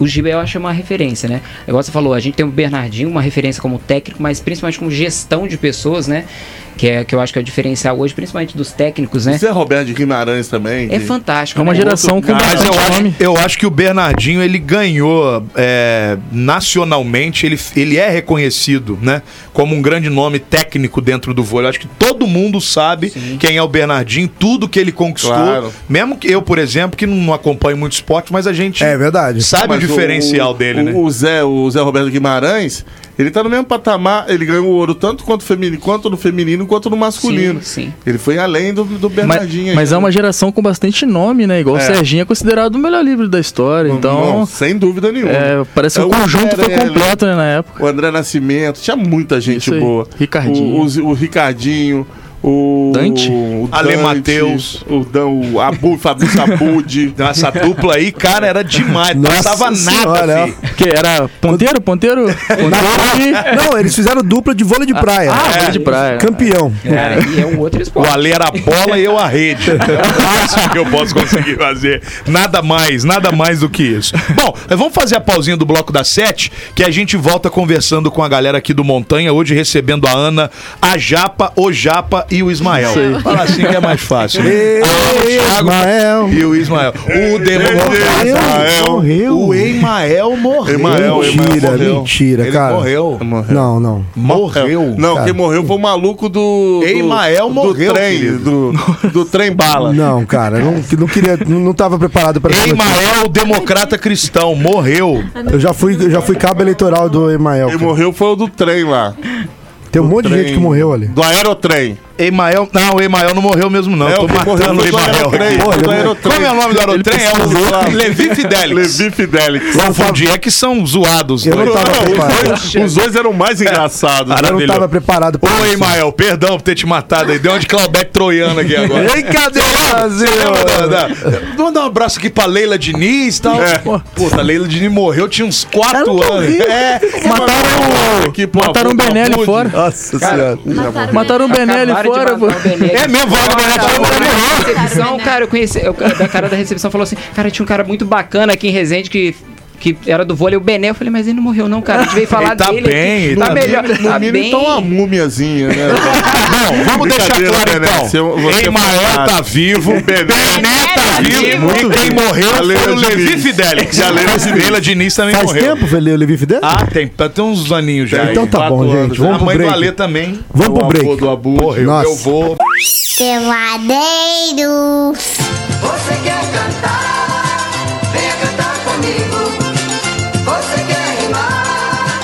S3: o Giba, eu acho uma referência, né. Igual você falou, a gente tem o Bernardinho, uma referência como técnico, mas principalmente como gestão de pessoas, né, que, é, que eu acho que é o diferencial hoje, principalmente dos técnicos, né.
S5: Zé Roberto de Guimarães também.
S3: É
S5: que-
S3: fantástico.
S7: É uma
S3: né?
S7: geração com
S5: cara,
S2: Mas eu
S7: bastante nome.
S2: acho, eu acho que o Bernardinho ele ganhou é, nacionalmente, ele, ele é reconhecido, né? Como um grande nome técnico dentro do vôlei. Eu acho que todo mundo sabe quem é o Bernardinho, tudo que ele conquistou.
S5: Claro.
S2: Mesmo que eu, por exemplo, que não acompanho muito esporte, mas a gente
S4: É verdade.
S2: sabe o
S5: Mas
S2: diferencial
S5: o-
S2: dele,
S5: o,
S2: né?
S5: O Zé, o Zé Roberto Guimarães, ele tá no mesmo patamar, ele ganhou ouro tanto quanto, feminino, quanto no feminino quanto no masculino.
S3: Sim, sim.
S5: Ele foi além do, do
S7: Mas,
S5: Bernardinho.
S7: mas
S5: ainda.
S7: é uma geração com bastante nome, né? Igual o Serginho é considerado o melhor livro da história.
S5: Não,
S7: Então,
S5: sem dúvida nenhuma.
S7: é, parece que o
S5: É,
S7: conjunto foi
S5: André-
S7: completo, né, na época.
S5: O André Nascimento, tinha muita gente
S7: Isso aí.
S5: boa.
S7: Ricardinho.
S5: O, o- o Ricardinho. O
S7: Dante?
S5: o
S2: Ale
S5: Dante,
S2: Mateus.
S5: O, Dan, o Abu, Fabrício
S2: [laughs]
S5: Abud.
S2: Essa dupla aí, cara, era demais. Não
S4: Nossa
S2: passava
S4: senhora, é
S2: nada, filho.
S7: Que era ponteiro, ponteiro? ponteiro
S4: Não, eles fizeram dupla de vôlei de praia.
S7: Ah, vôlei de praia.
S4: é. Campeão.
S3: Cara, e é um
S7: [laughs]
S3: outro
S2: O
S3: esporte.
S2: Ale era a bola e eu a rede. É o máximo que eu posso conseguir fazer. Nada mais, nada mais do que isso. Bom, eh, vamos fazer a pausinha do bloco das sete, que a gente volta conversando com a galera aqui do Montanha, hoje recebendo a Ana, a Japa, o Japa e o Ismael. Fala assim que é mais fácil. né?
S4: Ei,
S2: Ah, o Thiago
S4: Ismael.
S2: E o Ismael. O
S4: Morreu,
S2: Demônio.
S4: morreu.
S2: O Emael
S5: Emael,
S2: morreu.
S5: Emael
S4: Mentira,
S5: morreu.
S4: mentira,
S2: Ele
S4: cara.
S2: morreu.
S4: Não, não.
S2: Morreu.
S5: Não,
S4: cara.
S5: quem morreu foi o maluco do. do-
S2: Emael
S5: do
S2: morreu,
S5: Trem,
S2: querido.
S5: do, do trem bala.
S4: Não, cara, não, não queria, não, não tava preparado pra aquilo.
S2: Emael, democrata cristão, morreu.
S4: Eu já fui, eu já fui cabo eleitoral do Emael.
S5: Quem
S4: cara.
S5: morreu foi o do trem lá.
S4: Tem um monte de
S5: trem.
S4: gente que morreu ali.
S5: Do aerotrem.
S2: Emael. Não, o Emael não morreu mesmo, não.
S5: É,
S2: Tô
S5: o que morreu
S2: matando o
S5: foi do
S2: Emael.
S5: aerotrem,
S2: aqui.
S5: foi do
S2: Como é-
S5: aerotrem.
S2: Como é o nome do aerotrem? É o Levi Fidelix.
S5: Levi Fidelix.
S2: Confundi, é que são zoados.
S4: Eu não
S2: dois.
S4: tava
S5: Os
S4: preparado.
S5: dois- Os dois eram mais engraçados. né,
S4: Eu não
S2: Maravilhoso.
S4: tava preparado pra
S2: Ô,
S4: isso.
S2: Emael, perdão por ter te matado aí. Deu uma de Claudete Troiano aqui agora.
S4: Brincadeira, Brasil!
S2: Lembra da- da- Vamos mandar um abraço aqui pra Leila Diniz e tal. Pô, Puta, a Leila Diniz morreu, tinha uns 4 anos. É, tá
S5: Mataram o.
S7: Mataram o Benelli fora.
S4: Nossa senhora.
S7: Mataram o Benelli
S3: Acabaram de
S7: fora, pô.
S3: matar o Benelli.
S2: é mesmo, vai, vai, vai, vai, vai, vai.
S3: recepção, cara, eu conheci. Eu, a cara da recepção falou assim: Cara, tinha um cara muito bacana aqui em Resende que. Que era do vôlei, o Bené. Eu falei, mas ele não morreu, não, cara. A gente veio falar
S2: Ele tá
S3: dele. aqui.
S2: bem, ele
S3: tá,
S2: tá
S3: melhor. tá
S5: No mínimo,
S3: bem.
S5: então, uma múmiazinha, né?
S2: Não, vamos deixar
S5: Brincadeira,
S2: claro
S5: Bené,
S2: então.
S5: você- você é
S2: Emael
S5: fantástico.
S2: tá vivo, Bené tá vivo, e quem morreu
S5: A Leila
S2: foi o Levi
S5: Diniz.
S2: Fidelix. E a Leila Diniz, Leila Diniz também
S4: Faz
S2: morreu.
S4: tempo, velho, Levi Fidel?
S2: Ah, tem, tá- tem uns aninhos já.
S4: então
S2: aí.
S4: tá bom,
S5: quatro anos.
S4: gente. Vamos
S2: a
S4: pro
S2: mãe do
S4: break.
S2: Alê tá também.
S4: Vamos
S5: O
S4: pro
S5: avô
S4: break.
S5: do Abu.
S2: Morreu.
S4: Nossa.
S2: Eu vou.
S8: Peladeiros.
S9: Você quer cantar? Venha cantar comigo. Você quer rimar?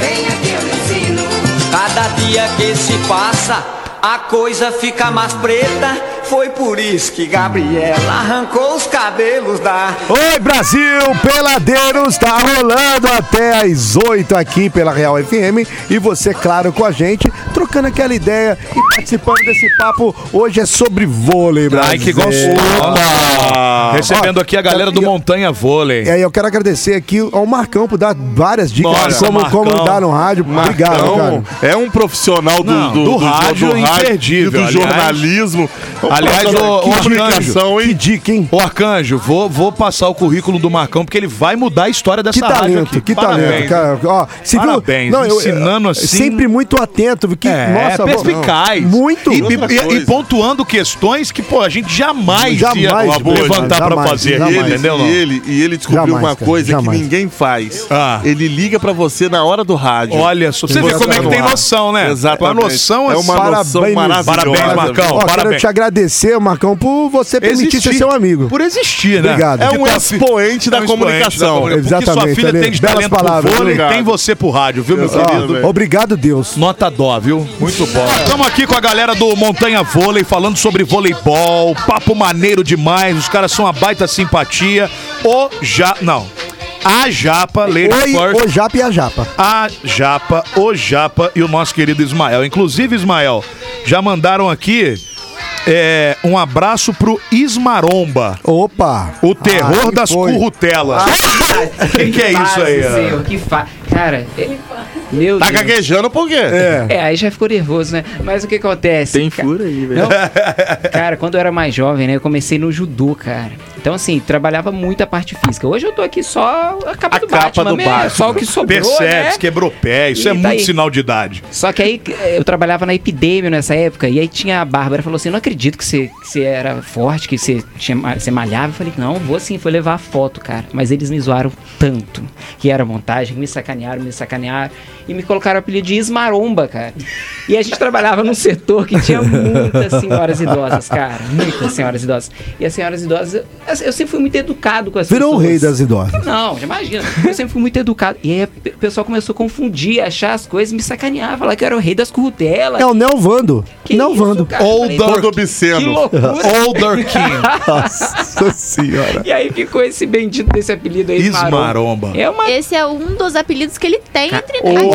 S9: Venha que eu lhe ensino. Cada dia que se passa, a coisa fica mais preta. foi por isso que Gabriela arrancou os cabelos da
S4: Oi, Brasil! Peladeiros tá rolando até às 8 aqui pela Real FM. E você, claro, com a gente, trocando aquela ideia e participando desse papo. Hoje é sobre vôlei, Brasil.
S2: Ai, que gostoso.
S4: Opa!
S2: Recebendo aqui a galera do Montanha Vôlei.
S4: E aí, eu quero agradecer aqui ao Marcão por dar várias dicas
S2: Nossa,
S4: de como,
S2: Marcão.
S4: como andar no rádio. Obrigado, cara.
S5: Marcão é um profissional do,
S2: Não,
S5: do,
S2: do rádio é imperdível,
S5: e do
S2: aliás.
S5: jornalismo. É um
S2: Aliás,
S5: profissional-
S2: ô- ô,
S5: que explicação,
S4: Que
S5: hein?
S4: dica, hein?
S2: Ô Arcanjo, vou, vou passar o currículo do Marcão, porque ele vai mudar a história dessa
S4: Que
S2: rádio
S4: talento,
S2: aqui.
S4: que
S2: Parabéns.
S4: talento, cara. Ó, se viu-
S2: Parabéns,
S4: eu-
S2: ensinando assim.
S4: Sempre muito atento. Que,
S2: É,
S4: nossa,
S2: perspicaz.
S4: Muito.
S2: E,
S5: E outra
S2: e- e
S5: coisa.
S2: pontuando questões que, pô, a gente jamais,
S4: Jamais,
S2: ia
S4: jamais,
S2: levantar pra
S4: jamais,
S2: fazer
S5: E
S2: aqui,
S4: jamais.
S5: ele,
S2: entendeu?
S5: e,
S2: Não?
S5: ele, e ele descobriu
S4: Jamais,
S5: uma
S4: cara,
S5: coisa
S4: jamais.
S5: que ninguém faz.
S2: Ah.
S5: Ele liga pra você na hora do rádio.
S2: Olha, só pra você
S5: Você
S2: ver como é que
S5: tá
S2: tem
S5: no ar.
S2: noção, né?
S5: Exatamente.
S2: A noção
S5: É uma noção maravilhosa.
S2: Parabéns, Marcão.
S4: Ó, quero
S2: parabéns.
S4: te agradecer, Marcão, por você permitir ser seu amigo.
S2: Por existir, né?
S4: Obrigado. tá
S5: É
S2: Que
S5: um
S2: tua
S5: expoente
S2: fi-
S5: da
S2: é um
S5: comunicação.
S2: expoente da comunica- Porque sua
S4: Exatamente,
S2: filha
S4: Ale.
S2: tem de
S4: Belas
S2: talento
S4: palavras,
S2: pro vôlei,
S5: obrigado.
S2: tem você pro rádio, viu, meu
S4: Ó,
S2: querido?
S4: obrigado, Deus.
S2: Nota dó, viu? Muito bom. Estamos aqui com a galera do Montanha Vôlei falando sobre voleibol. Papo maneiro demais. Os caras são uma baita simpatia. O Ja. Não. A Japa, Lady
S4: Oi,
S2: First.
S4: o Japa e a Japa.
S2: A Japa, o Japa e o nosso querido Ismael. Inclusive, Ismael, já mandaram aqui é, um abraço pro Ismaromba.
S4: Opa!
S2: O terror
S4: Aí
S2: das
S4: foi.
S2: currutelas.
S3: O
S2: [laughs] que que é isso aí, ó?
S3: assim, que fa... Cara, é- meu
S5: Tá
S3: Deus.
S5: gaguejando por quê?
S4: É.
S3: É, aí já ficou nervoso, né? Mas o que acontece?
S7: Tem furo aí, velho.
S3: Não. Cara, quando eu era mais jovem, né? Eu comecei no judô, cara. Então, assim, trabalhava muito a parte física. Hoje eu tô aqui só a capa
S5: A
S3: do
S5: capa
S3: Batman,
S5: do
S3: mesmo,
S5: Batman.
S3: só o que sobrou,
S2: Percebe,
S3: né?
S2: se quebrou pé.
S3: E
S2: Isso é
S3: tá
S2: muito
S3: aí.
S2: sinal de idade.
S3: Só que aí eh, eu trabalhava na epidemia nessa época, e aí tinha a Bárbara, falou assim, não acredito que você, que você era forte, que você, tinha, ma- você malhava. Eu falei, não, vou sim, foi levar a foto, cara. Mas eles me zoaram tanto, que era montagem, que me sacanearam, me sacanearam, e me colocaram o apelido de Esmaromba, cara. E a gente trabalhava num setor que tinha muitas senhoras idosas, cara, muitas senhoras idosas. E as senhoras idosas, eu, eu sempre fui muito educado com as
S4: Virou o
S3: pessoas.
S4: rei das idosas.
S3: Não, já imagina. Eu sempre fui muito educado. E aí o pessoal começou a confundir, achar as coisas, me sacanear, falar que eu era o rei das currutelas.
S4: É o Neo Vando.
S3: Que
S4: Neo
S3: isso,
S4: Vando.
S3: cara? Eu
S2: Ou
S3: falei,
S2: da-
S5: Todo
S3: Que
S5: obsceno.
S3: loucura.
S2: Older King.
S5: [laughs]
S4: Nossa senhora.
S3: E aí ficou esse bendito desse apelido aí, Esmaromba.
S2: Esmaromba.
S3: É uma...
S8: Esse é um dos apelidos que ele tem entre
S2: É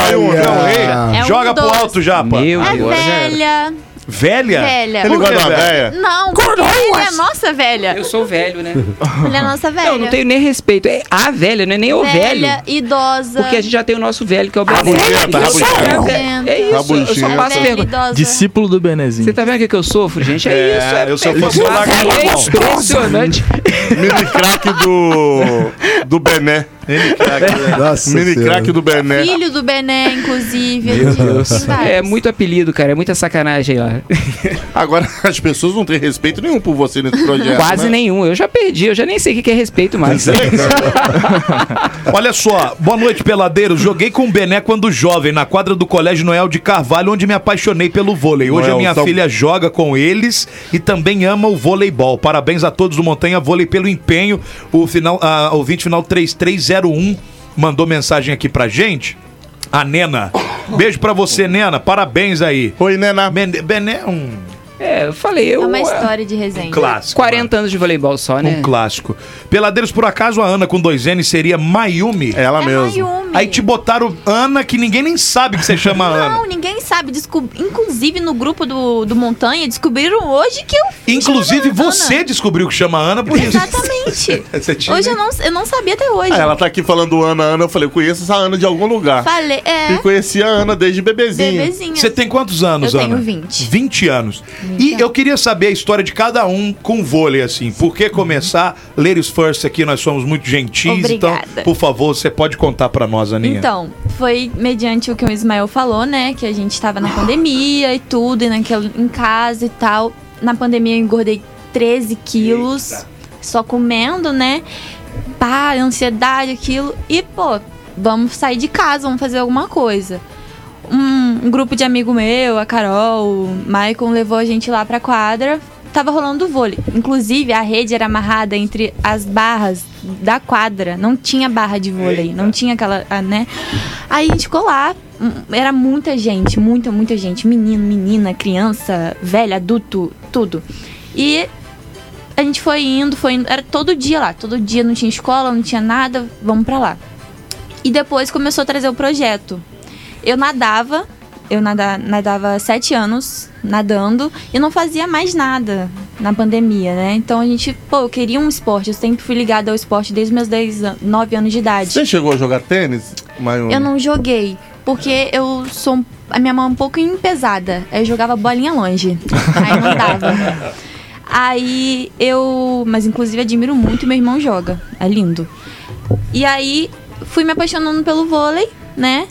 S5: Aí o Marcão,
S4: Olha.
S5: ei,
S8: É um
S2: Joga pro
S8: doce.
S2: alto, Japa.
S3: Meu
S8: É
S3: Deus.
S8: velha.
S2: Velha?
S8: Velha.
S5: Ele
S2: Por
S5: gosta
S2: quê,
S5: da
S2: velho?
S5: véia?
S8: Não, porque ele é nossa velha.
S3: Eu sou velho,
S8: [laughs]
S3: né?
S8: Ele é nossa velha.
S3: Não, não tenho nem respeito. É a velha, não é nem o velho.
S8: Velha, idosa.
S3: Porque a gente já tem o nosso velho, que é o Belém.
S5: Rabugenta,
S3: Eu sou
S5: rabugenta.
S3: velho. É isso, eu
S5: Rabugenta.
S3: só
S8: é
S3: passo
S8: velha,
S3: vergonha.
S8: idosa.
S7: Discípulo do Benezinho.
S3: Você tá vendo o que, que eu sofro, gente? É,
S2: É,
S3: isso. É,
S2: eu se eu fosse
S3: é-
S2: lá,
S3: é
S2: eu-
S3: impressionante.
S5: Mini craque do. do Bené.
S2: é.
S4: Nossa
S5: Mini
S4: senhora.
S5: craque do Bené.
S8: Filho do Bené, inclusive.
S4: Meu
S8: Ele-
S4: Deus.
S8: Tem vários.
S3: É muito apelido, cara. É muita sacanagem aí, ó.
S5: Agora, [laughs] as pessoas não têm respeito nenhum por você nesse projeto.
S3: Quase
S5: né?
S3: nenhum. Eu já perdi. Eu já nem sei o que que é respeito mais.
S2: Olha só, boa noite, peladeiros. Joguei com o Bené quando jovem, na quadra do Colégio Noel de Carvalho, onde me apaixonei pelo vôlei. Hoje
S5: Noel,
S2: a minha
S5: são-
S2: filha joga com eles e também ama o voleibol. Parabéns a todos do Montanha Vôlei pelo empenho. O final, a ouvinte final 3301 mandou mensagem aqui pra gente. A Nena. Beijo pra você, Nena. Parabéns aí.
S5: Oi, Nená.
S2: Bene- Bené é um
S3: É, eu falei, eu.
S8: É uma história de resenha.
S2: clássico.
S3: 40 anos de voleibol só,
S2: né?
S3: né?
S2: Um clássico. Peladeiros, por acaso, a Ana com dois N seria Mayumi?
S5: É Ela
S8: É
S5: mesmo.
S8: Mayumi.
S2: Aí te botaram Ana, que ninguém nem sabe que você chama
S8: Não,
S2: Ana.
S8: ninguém sabe. Desco- Inclusive, no grupo do, do Montanha, descobriram hoje que eu.
S2: Inclusive,
S8: chamava Ana.
S2: você descobriu que chama Ana por isso.
S8: Exatamente.
S2: [laughs] Você tinha-
S8: hoje eu não, eu não sabia até hoje.
S5: Ah, ela tá aqui falando Ana, Ana. Eu falei, eu conheço essa Ana de algum lugar.
S8: Falei, é.
S5: E conheci a Ana desde bebezinha.
S8: Bebezinha.
S2: Você tem quantos anos,
S8: Eu
S2: Ana?
S8: tenho 20.
S2: 20 anos. E eu queria saber a história de cada um com vôlei, assim. Por
S8: Uhum.
S2: que começar? Ladies first aqui, nós somos muito gentis. Então,
S8: Obrigada.
S2: por favor, você pode contar pra nós, Aninha.
S8: Então, foi mediante o que o Ismael falou, né? Que a gente tava na
S2: Ah.
S8: pandemia e tudo, e naquele, em casa e tal. Na pandemia eu engordei 13 quilos, só comendo, né? Pá, ansiedade, aquilo. E, pô, vamos sair de casa, vamos fazer alguma coisa. Um, um grupo de amigo meu, a Carol, o Maicon, levou a gente lá pra quadra. Tava rolando vôlei. Inclusive, a rede era amarrada entre as barras da quadra. Não tinha barra de vôlei. Não tinha aquela, ah, né? Aí a gente ficou lá. hum, Era muita gente, muita, muita gente. Menino, menina, criança, velho, adulto, tudo. E a gente foi indo, foi indo, era todo dia lá, todo dia não tinha escola, não tinha nada, vamos pra lá. E depois começou a trazer o projeto. Eu nadava, eu nada, nadava sete anos nadando e não fazia mais nada na pandemia, né? Então a gente, pô, eu queria um esporte, eu sempre fui ligada ao esporte desde meus 10, an- 9 anos de idade.
S5: Você chegou a jogar tênis? Maione?
S8: Eu não joguei, porque eu sou. um- A minha mão é um pouco pesada. Eu jogava bolinha longe. Aí não dava. Aí eu. Mas inclusive admiro muito, meu irmão joga. É lindo. E aí fui me apaixonando pelo vôlei, né?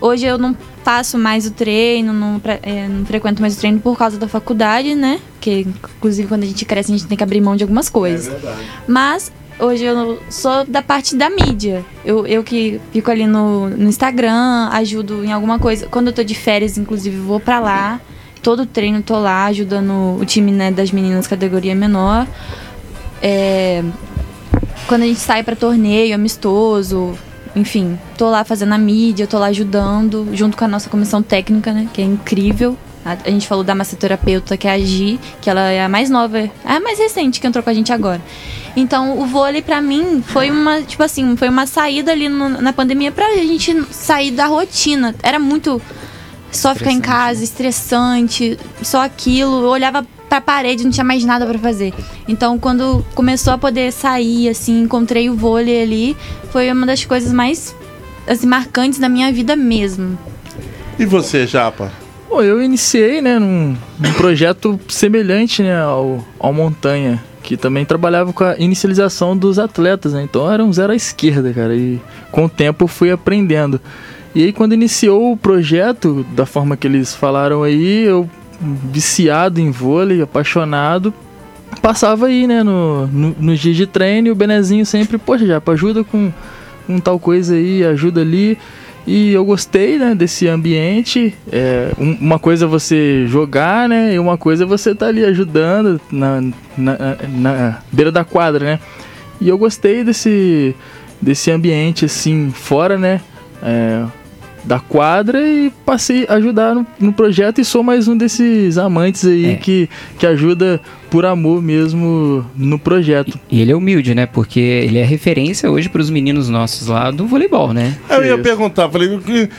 S8: Hoje eu não faço mais o treino, não, pre- é, não frequento mais o treino por causa da faculdade, né? Porque, inclusive, quando a gente cresce, a gente tem que abrir mão de algumas coisas. Mas hoje eu sou da parte da mídia. Eu, eu que fico ali no, no Instagram, ajudo em alguma coisa. Quando eu tô de férias, inclusive, vou pra lá. Todo treino eu tô lá ajudando o time né, das meninas categoria menor. É, quando a gente sai pra torneio amistoso, enfim, tô lá fazendo a mídia, tô lá ajudando, junto com a nossa comissão técnica, né, que é incrível. A, a gente falou da massoterapeuta, que é a Gi, que ela é a mais nova, é a mais recente que entrou com a gente agora. Então, o vôlei pra mim foi uma, tipo assim, foi uma saída ali no- na pandemia pra gente sair da rotina. Era muito só
S2: né?
S8: ficar em casa, estressante, só aquilo. Eu olhava pra parede, não tinha mais nada pra fazer. Então, quando começou a poder sair, assim, encontrei o vôlei ali, foi uma das coisas mais assim, marcantes da minha vida mesmo.
S5: E você, Japa?
S7: Bom, eu iniciei, né, num, num projeto semelhante, né, ao, ao Montanha, que também trabalhava com a inicialização dos atletas, né, então era um zero à esquerda, cara, e com o tempo eu fui aprendendo. E aí quando iniciou o projeto, da forma que eles falaram aí, eu viciado em vôlei, apaixonado, passava aí, né, no, no, nos dias de treino, e o Benezinho sempre, poxa, Japa, ajuda com, com tal coisa aí, ajuda ali. E eu gostei, né, desse ambiente. É, um- uma coisa é você jogar, né, e uma coisa é você tá ali ajudando na, na, na beira da quadra, né. E eu gostei desse, desse ambiente, assim, fora, né, é, da quadra e passei a ajudar no, no projeto e sou mais um desses amantes aí
S3: É.
S7: que, que ajuda por amor mesmo no projeto.
S3: E ele é humilde, né? Porque ele é referência hoje pros meninos nossos lá do voleibol, né?
S5: Eu ia
S7: Isso.
S5: perguntar, falei, o que-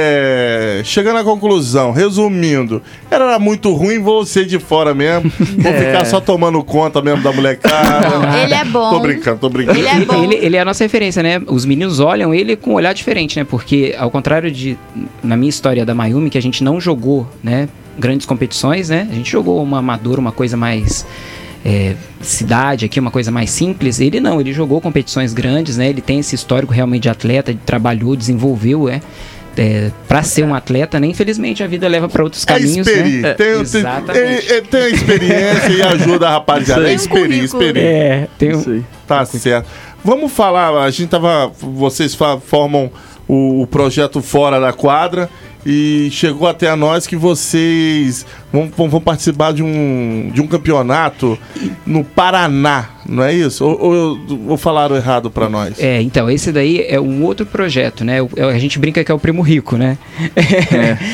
S5: é, chegando à conclusão, resumindo, era muito ruim, vou ser de fora mesmo, vou ficar só tomando conta mesmo da
S6: Não,
S5: molecada.
S6: ele é bom.
S5: Tô brincando, tô brincando.
S6: Ele é
S2: [laughs]
S3: Ele,
S6: bom.
S3: ele- ele é a nossa referência, né? Os meninos olham ele com um olhar diferente, né? Porque, ao contrário de, na minha história da Mayumi, que a gente não jogou, né? Grandes competições, né? A gente jogou uma amadora, uma coisa mais. é, cidade aqui, uma coisa mais simples. Ele não, ele jogou competições grandes, né? Ele tem esse histórico realmente de atleta, ele trabalhou, desenvolveu, é. é para ser um atleta, né? Infelizmente a vida leva para outros
S5: É
S3: caminhos,
S5: experi,
S3: né?
S5: tem, tem-
S3: Exatamente.
S5: ele- ele tem a experiência e ajuda a rapaziada. É
S8: Tem um
S5: experi,
S8: currículo.
S5: experi.
S3: É, tem um,
S7: Isso aí.
S5: Tá certo. Vamos falar, a gente tava. Vocês fa- formam o, o projeto Fora da Quadra e chegou até a nós que vocês vão, vão- vão participar de um, de um campeonato no Paraná, não é isso? Ou, ou, eu- ou falaram errado pra nós?
S3: É, então, esse daí é um outro projeto, né? O- é- A gente brinca que é o Primo Rico, né?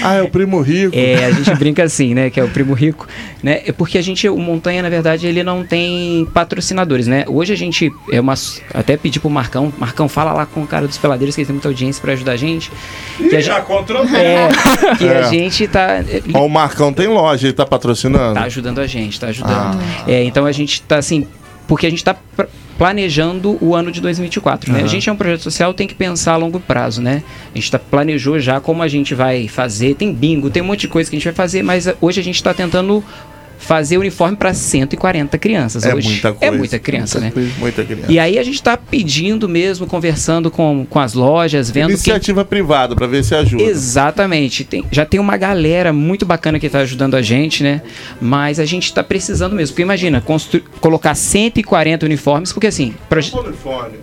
S5: Ah, é o Primo Rico.
S3: [laughs] É, a gente brinca assim, né? Que é o Primo Rico, né? É porque a gente, o Montanha, na verdade, ele não tem patrocinadores, né? Hoje a gente é uma. Até pedi pro Marcão, Marcão, fala lá com o cara dos peladeiros, que ele tem muita audiência pra ajudar a gente. Que a gente, é, que a
S5: É.
S3: gente tá.
S5: Ó, o Marcão tem loja, ele tá Ah. patrocinando.
S3: Tá ajudando a gente, tá ajudando. É, então a gente tá assim, porque a gente tá pr- planejando o ano de 2024, né? A gente é um projeto social, tem que pensar a longo prazo, né? A gente tá, planejou já como a gente vai fazer, tem bingo, tem um monte de coisa que a gente vai fazer, mas eh, hoje a gente tá tentando fazer uniforme para 140 crianças
S5: é
S3: hoje.
S5: muita coisa.
S3: é muita criança, né?
S5: muita coisa, Muita criança.
S3: E aí a gente tá pedindo mesmo, conversando com, com as lojas, vendo quem
S5: Iniciativa privada, pra ver se ajuda.
S3: Exatamente. Tem- já tem uma galera muito bacana que tá ajudando a gente, né? Mas a gente tá precisando mesmo. Porque imagina, constru- colocar 140 uniformes, porque assim, proje-
S5: Telefone,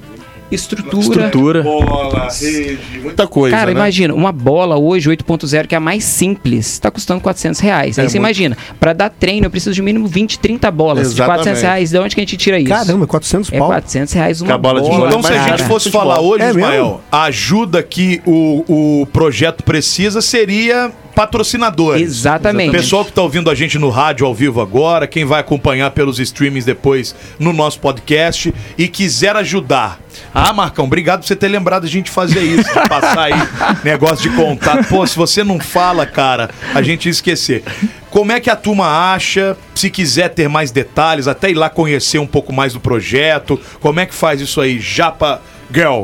S3: estrutura.
S7: Estrutura.
S5: bola, rede, muita coisa.
S3: Cara,
S5: né?
S3: imagina, uma bola hoje 8.0, que é a mais simples, tá custando 400 reais. Aí
S5: É
S3: você
S5: muito.
S3: imagina, pra dar treino eu preciso de mínimo 20, 30 bolas.
S5: Exatamente.
S3: De 400 reais, de onde que a gente tira isso?
S4: Caramba, 400
S3: é
S4: pau.
S3: 400 reais uma
S5: Com a bola
S3: bola.
S5: de futebol.
S2: Então, se a
S5: Mas,
S2: gente
S5: cara,
S2: fosse falar hoje,
S4: É
S2: Ismael,
S4: mesmo?
S2: a ajuda que o, o projeto precisa seria patrocinadores.
S3: Exatamente.
S2: Pessoal que está ouvindo a gente no rádio ao vivo agora, quem vai acompanhar pelos streamings depois no nosso podcast e quiser ajudar. Ah, Marcão, obrigado por você ter lembrado a gente fazer isso, de passar aí negócio de contato. Pô, se você não fala, cara, a gente ia esquecer. Como é que a turma acha? Se quiser ter mais detalhes, até ir lá conhecer um pouco mais do projeto, como é que faz isso aí, Japa Girl?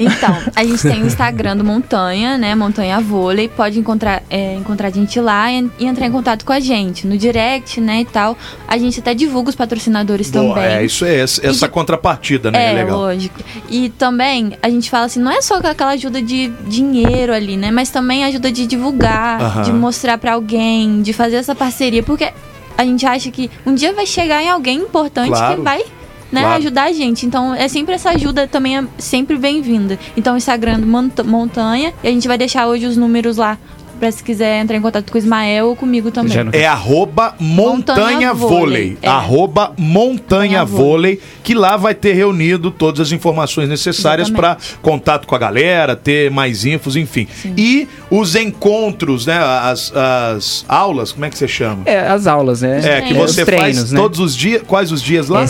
S8: Então, a gente tem o Instagram do Montanha, né? Montanha Vôlei. Pode encontrar, é, encontrar a gente lá e, e entrar em contato com a gente. No direct, né, e tal. A gente até divulga os patrocinadores
S2: Boa,
S8: também.
S2: é, isso é essa, essa
S8: E-
S2: contrapartida, né?
S8: É,
S2: legal.
S8: lógico. E também, a gente fala assim, não é só aquela ajuda de dinheiro ali, né? Mas também ajuda de divulgar,
S2: Aham.
S8: de mostrar pra alguém, de fazer essa parceria. Porque a gente acha que um dia vai chegar em alguém importante
S2: Claro.
S8: que vai... Né,
S2: Claro.
S8: ajudar a gente. Então, é sempre essa ajuda também é sempre bem-vinda. Então, o Instagram do Mont- Montanha, e a gente vai deixar hoje os números lá pra se quiser entrar em contato com o Ismael ou comigo também.
S3: Já no-
S2: É arroba Montanha
S8: Montanha
S2: Vôlei.
S8: Vôlei, é.
S2: Arroba Montanha
S8: Montanha Vôlei.
S2: Vôlei, que lá vai ter reunido todas as informações necessárias para
S8: Exatamente.
S2: contato com a galera, ter mais infos, enfim. E os encontros, né? As, as aulas, como é que você chama?
S3: É, as aulas, né?
S2: É, que
S8: treinos.
S2: você
S3: os treinos,
S2: faz
S3: né?
S2: todos os dias. Quais os dias lá?
S3: É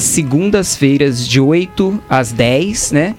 S3: segundas-feiras de 8 às 10, né?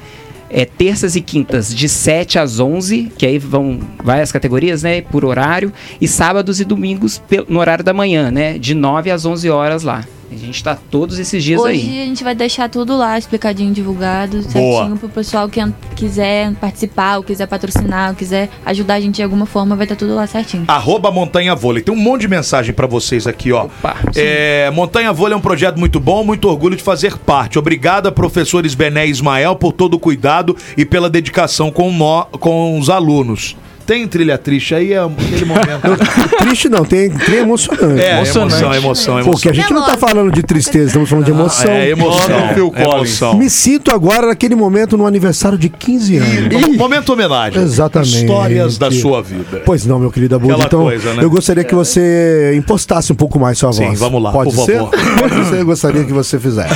S3: É terças e quintas de 7 às 11, que aí vão várias categorias, né, por horário, e sábados e domingos pel- no horário da manhã, né, de 9 às 11 horas lá. A gente tá todos esses dias
S8: Hoje
S3: aí.
S8: a gente vai deixar tudo lá, explicadinho, divulgado,
S2: Boa.
S8: certinho pro pessoal que an- quiser participar, ou quiser patrocinar, ou quiser ajudar a gente de alguma forma, vai estar tudo lá certinho.
S2: Arroba Montanha Vôlei. Tem um monte de mensagem pra vocês aqui, ó. É, Montanha Vôlei é um projeto muito bom, muito orgulho de fazer parte. Obrigada, professores Bené e Ismael, por todo o cuidado e pela dedicação com, nó- com os alunos. Tem trilha triste aí, é
S4: [laughs]
S2: aquele momento.
S4: Triste não, tem, tem emocionante.
S2: é,
S7: Emocionante.
S2: emoção, emoção, emoção.
S4: Porque a gente não tá falando de tristeza, estamos falando de emoção.
S2: É, emoção.
S5: Olha o Phil Collins.
S2: emoção.
S4: Me sinto agora naquele momento no aniversário de 15 anos.
S2: Momento homenagem.
S4: Exatamente.
S2: Histórias da sua vida.
S4: Pois não, meu querido Abuso.
S2: Aquela
S4: Então,
S2: coisa, né?
S4: eu gostaria que você impostasse um pouco mais sua
S2: Sim,
S4: voz.
S2: vamos lá,
S4: Pode
S2: por
S4: ser?
S2: favor.
S4: Pode ser, eu gostaria que você fizesse.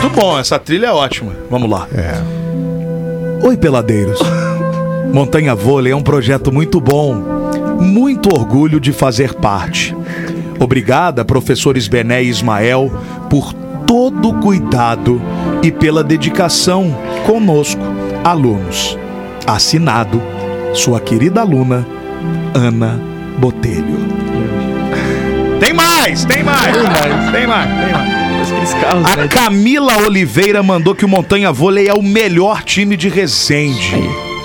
S2: Muito bom, essa trilha é ótima. Vamos lá.
S4: É.
S2: Oi, peladeiros. Montanha Vôlei é um projeto muito bom. Muito orgulho de fazer parte. Obrigada, professores Bené e Ismael, por todo o cuidado e pela dedicação conosco, alunos. Assinado, sua querida aluna, Ana Botelho. Tem mais, tem mais, tem mais, tem mais. Tem mais.
S7: Aqueles carros,
S3: Ah,
S2: A
S7: né?
S2: Camila Oliveira mandou que o Montanha Vôlei é o melhor time de Resende.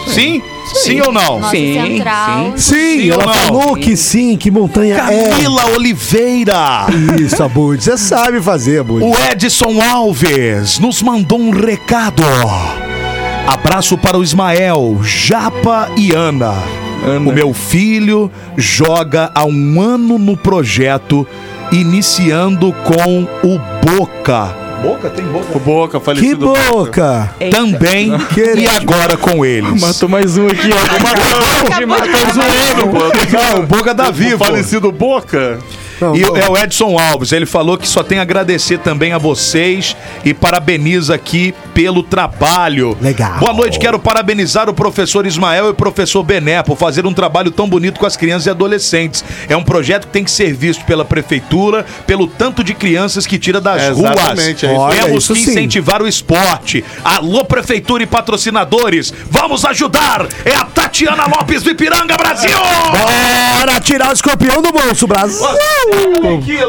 S2: Sim? Ah, Sim ou não?
S8: Nossa
S3: Sim,
S8: central.
S4: Sim,
S2: Sim
S4: ela
S2: ou não?
S4: falou que sim, que montanha
S2: Camila Oliveira!
S4: é. Isso, Abud. Você sabe fazer, Abud.
S2: O Edson Alves nos mandou um recado. Abraço para o Ismael, Japa e Ana. O meu filho joga há um ano no projeto, iniciando com o Boca. Boca? Tem Boca?
S5: O Boca,
S4: Que
S5: falecido Boca.
S4: boca!
S2: Também. E agora [laughs] com eles.
S7: Matou mais um aqui,
S3: [laughs]
S7: ó.
S5: Tô zoando, pô. Eu tô
S2: Não, o
S5: zoando.
S2: Boca da
S5: O
S2: Tá Vivo.
S5: falecido Boca.
S4: Não,
S2: E
S4: não.
S2: é o Edson Alves, ele falou que só tem a agradecer também a vocês e parabeniza aqui pelo trabalho.
S4: Legal.
S2: Boa noite, quero parabenizar o professor Ismael e o professor Bené por fazer um trabalho tão bonito com as crianças e adolescentes. É um projeto que tem que ser visto pela prefeitura, pelo tanto de crianças que tira das
S5: É,
S2: ruas.
S5: exatamente, é isso.
S4: Olha,
S2: Temos
S4: isso
S2: que
S4: sim.
S2: incentivar o esporte. Alô, prefeitura e patrocinadores, vamos ajudar! É a Tatiana Lopes do Ipiranga, Brasil!
S4: Bora tirar o escorpião do bolso, Brasil!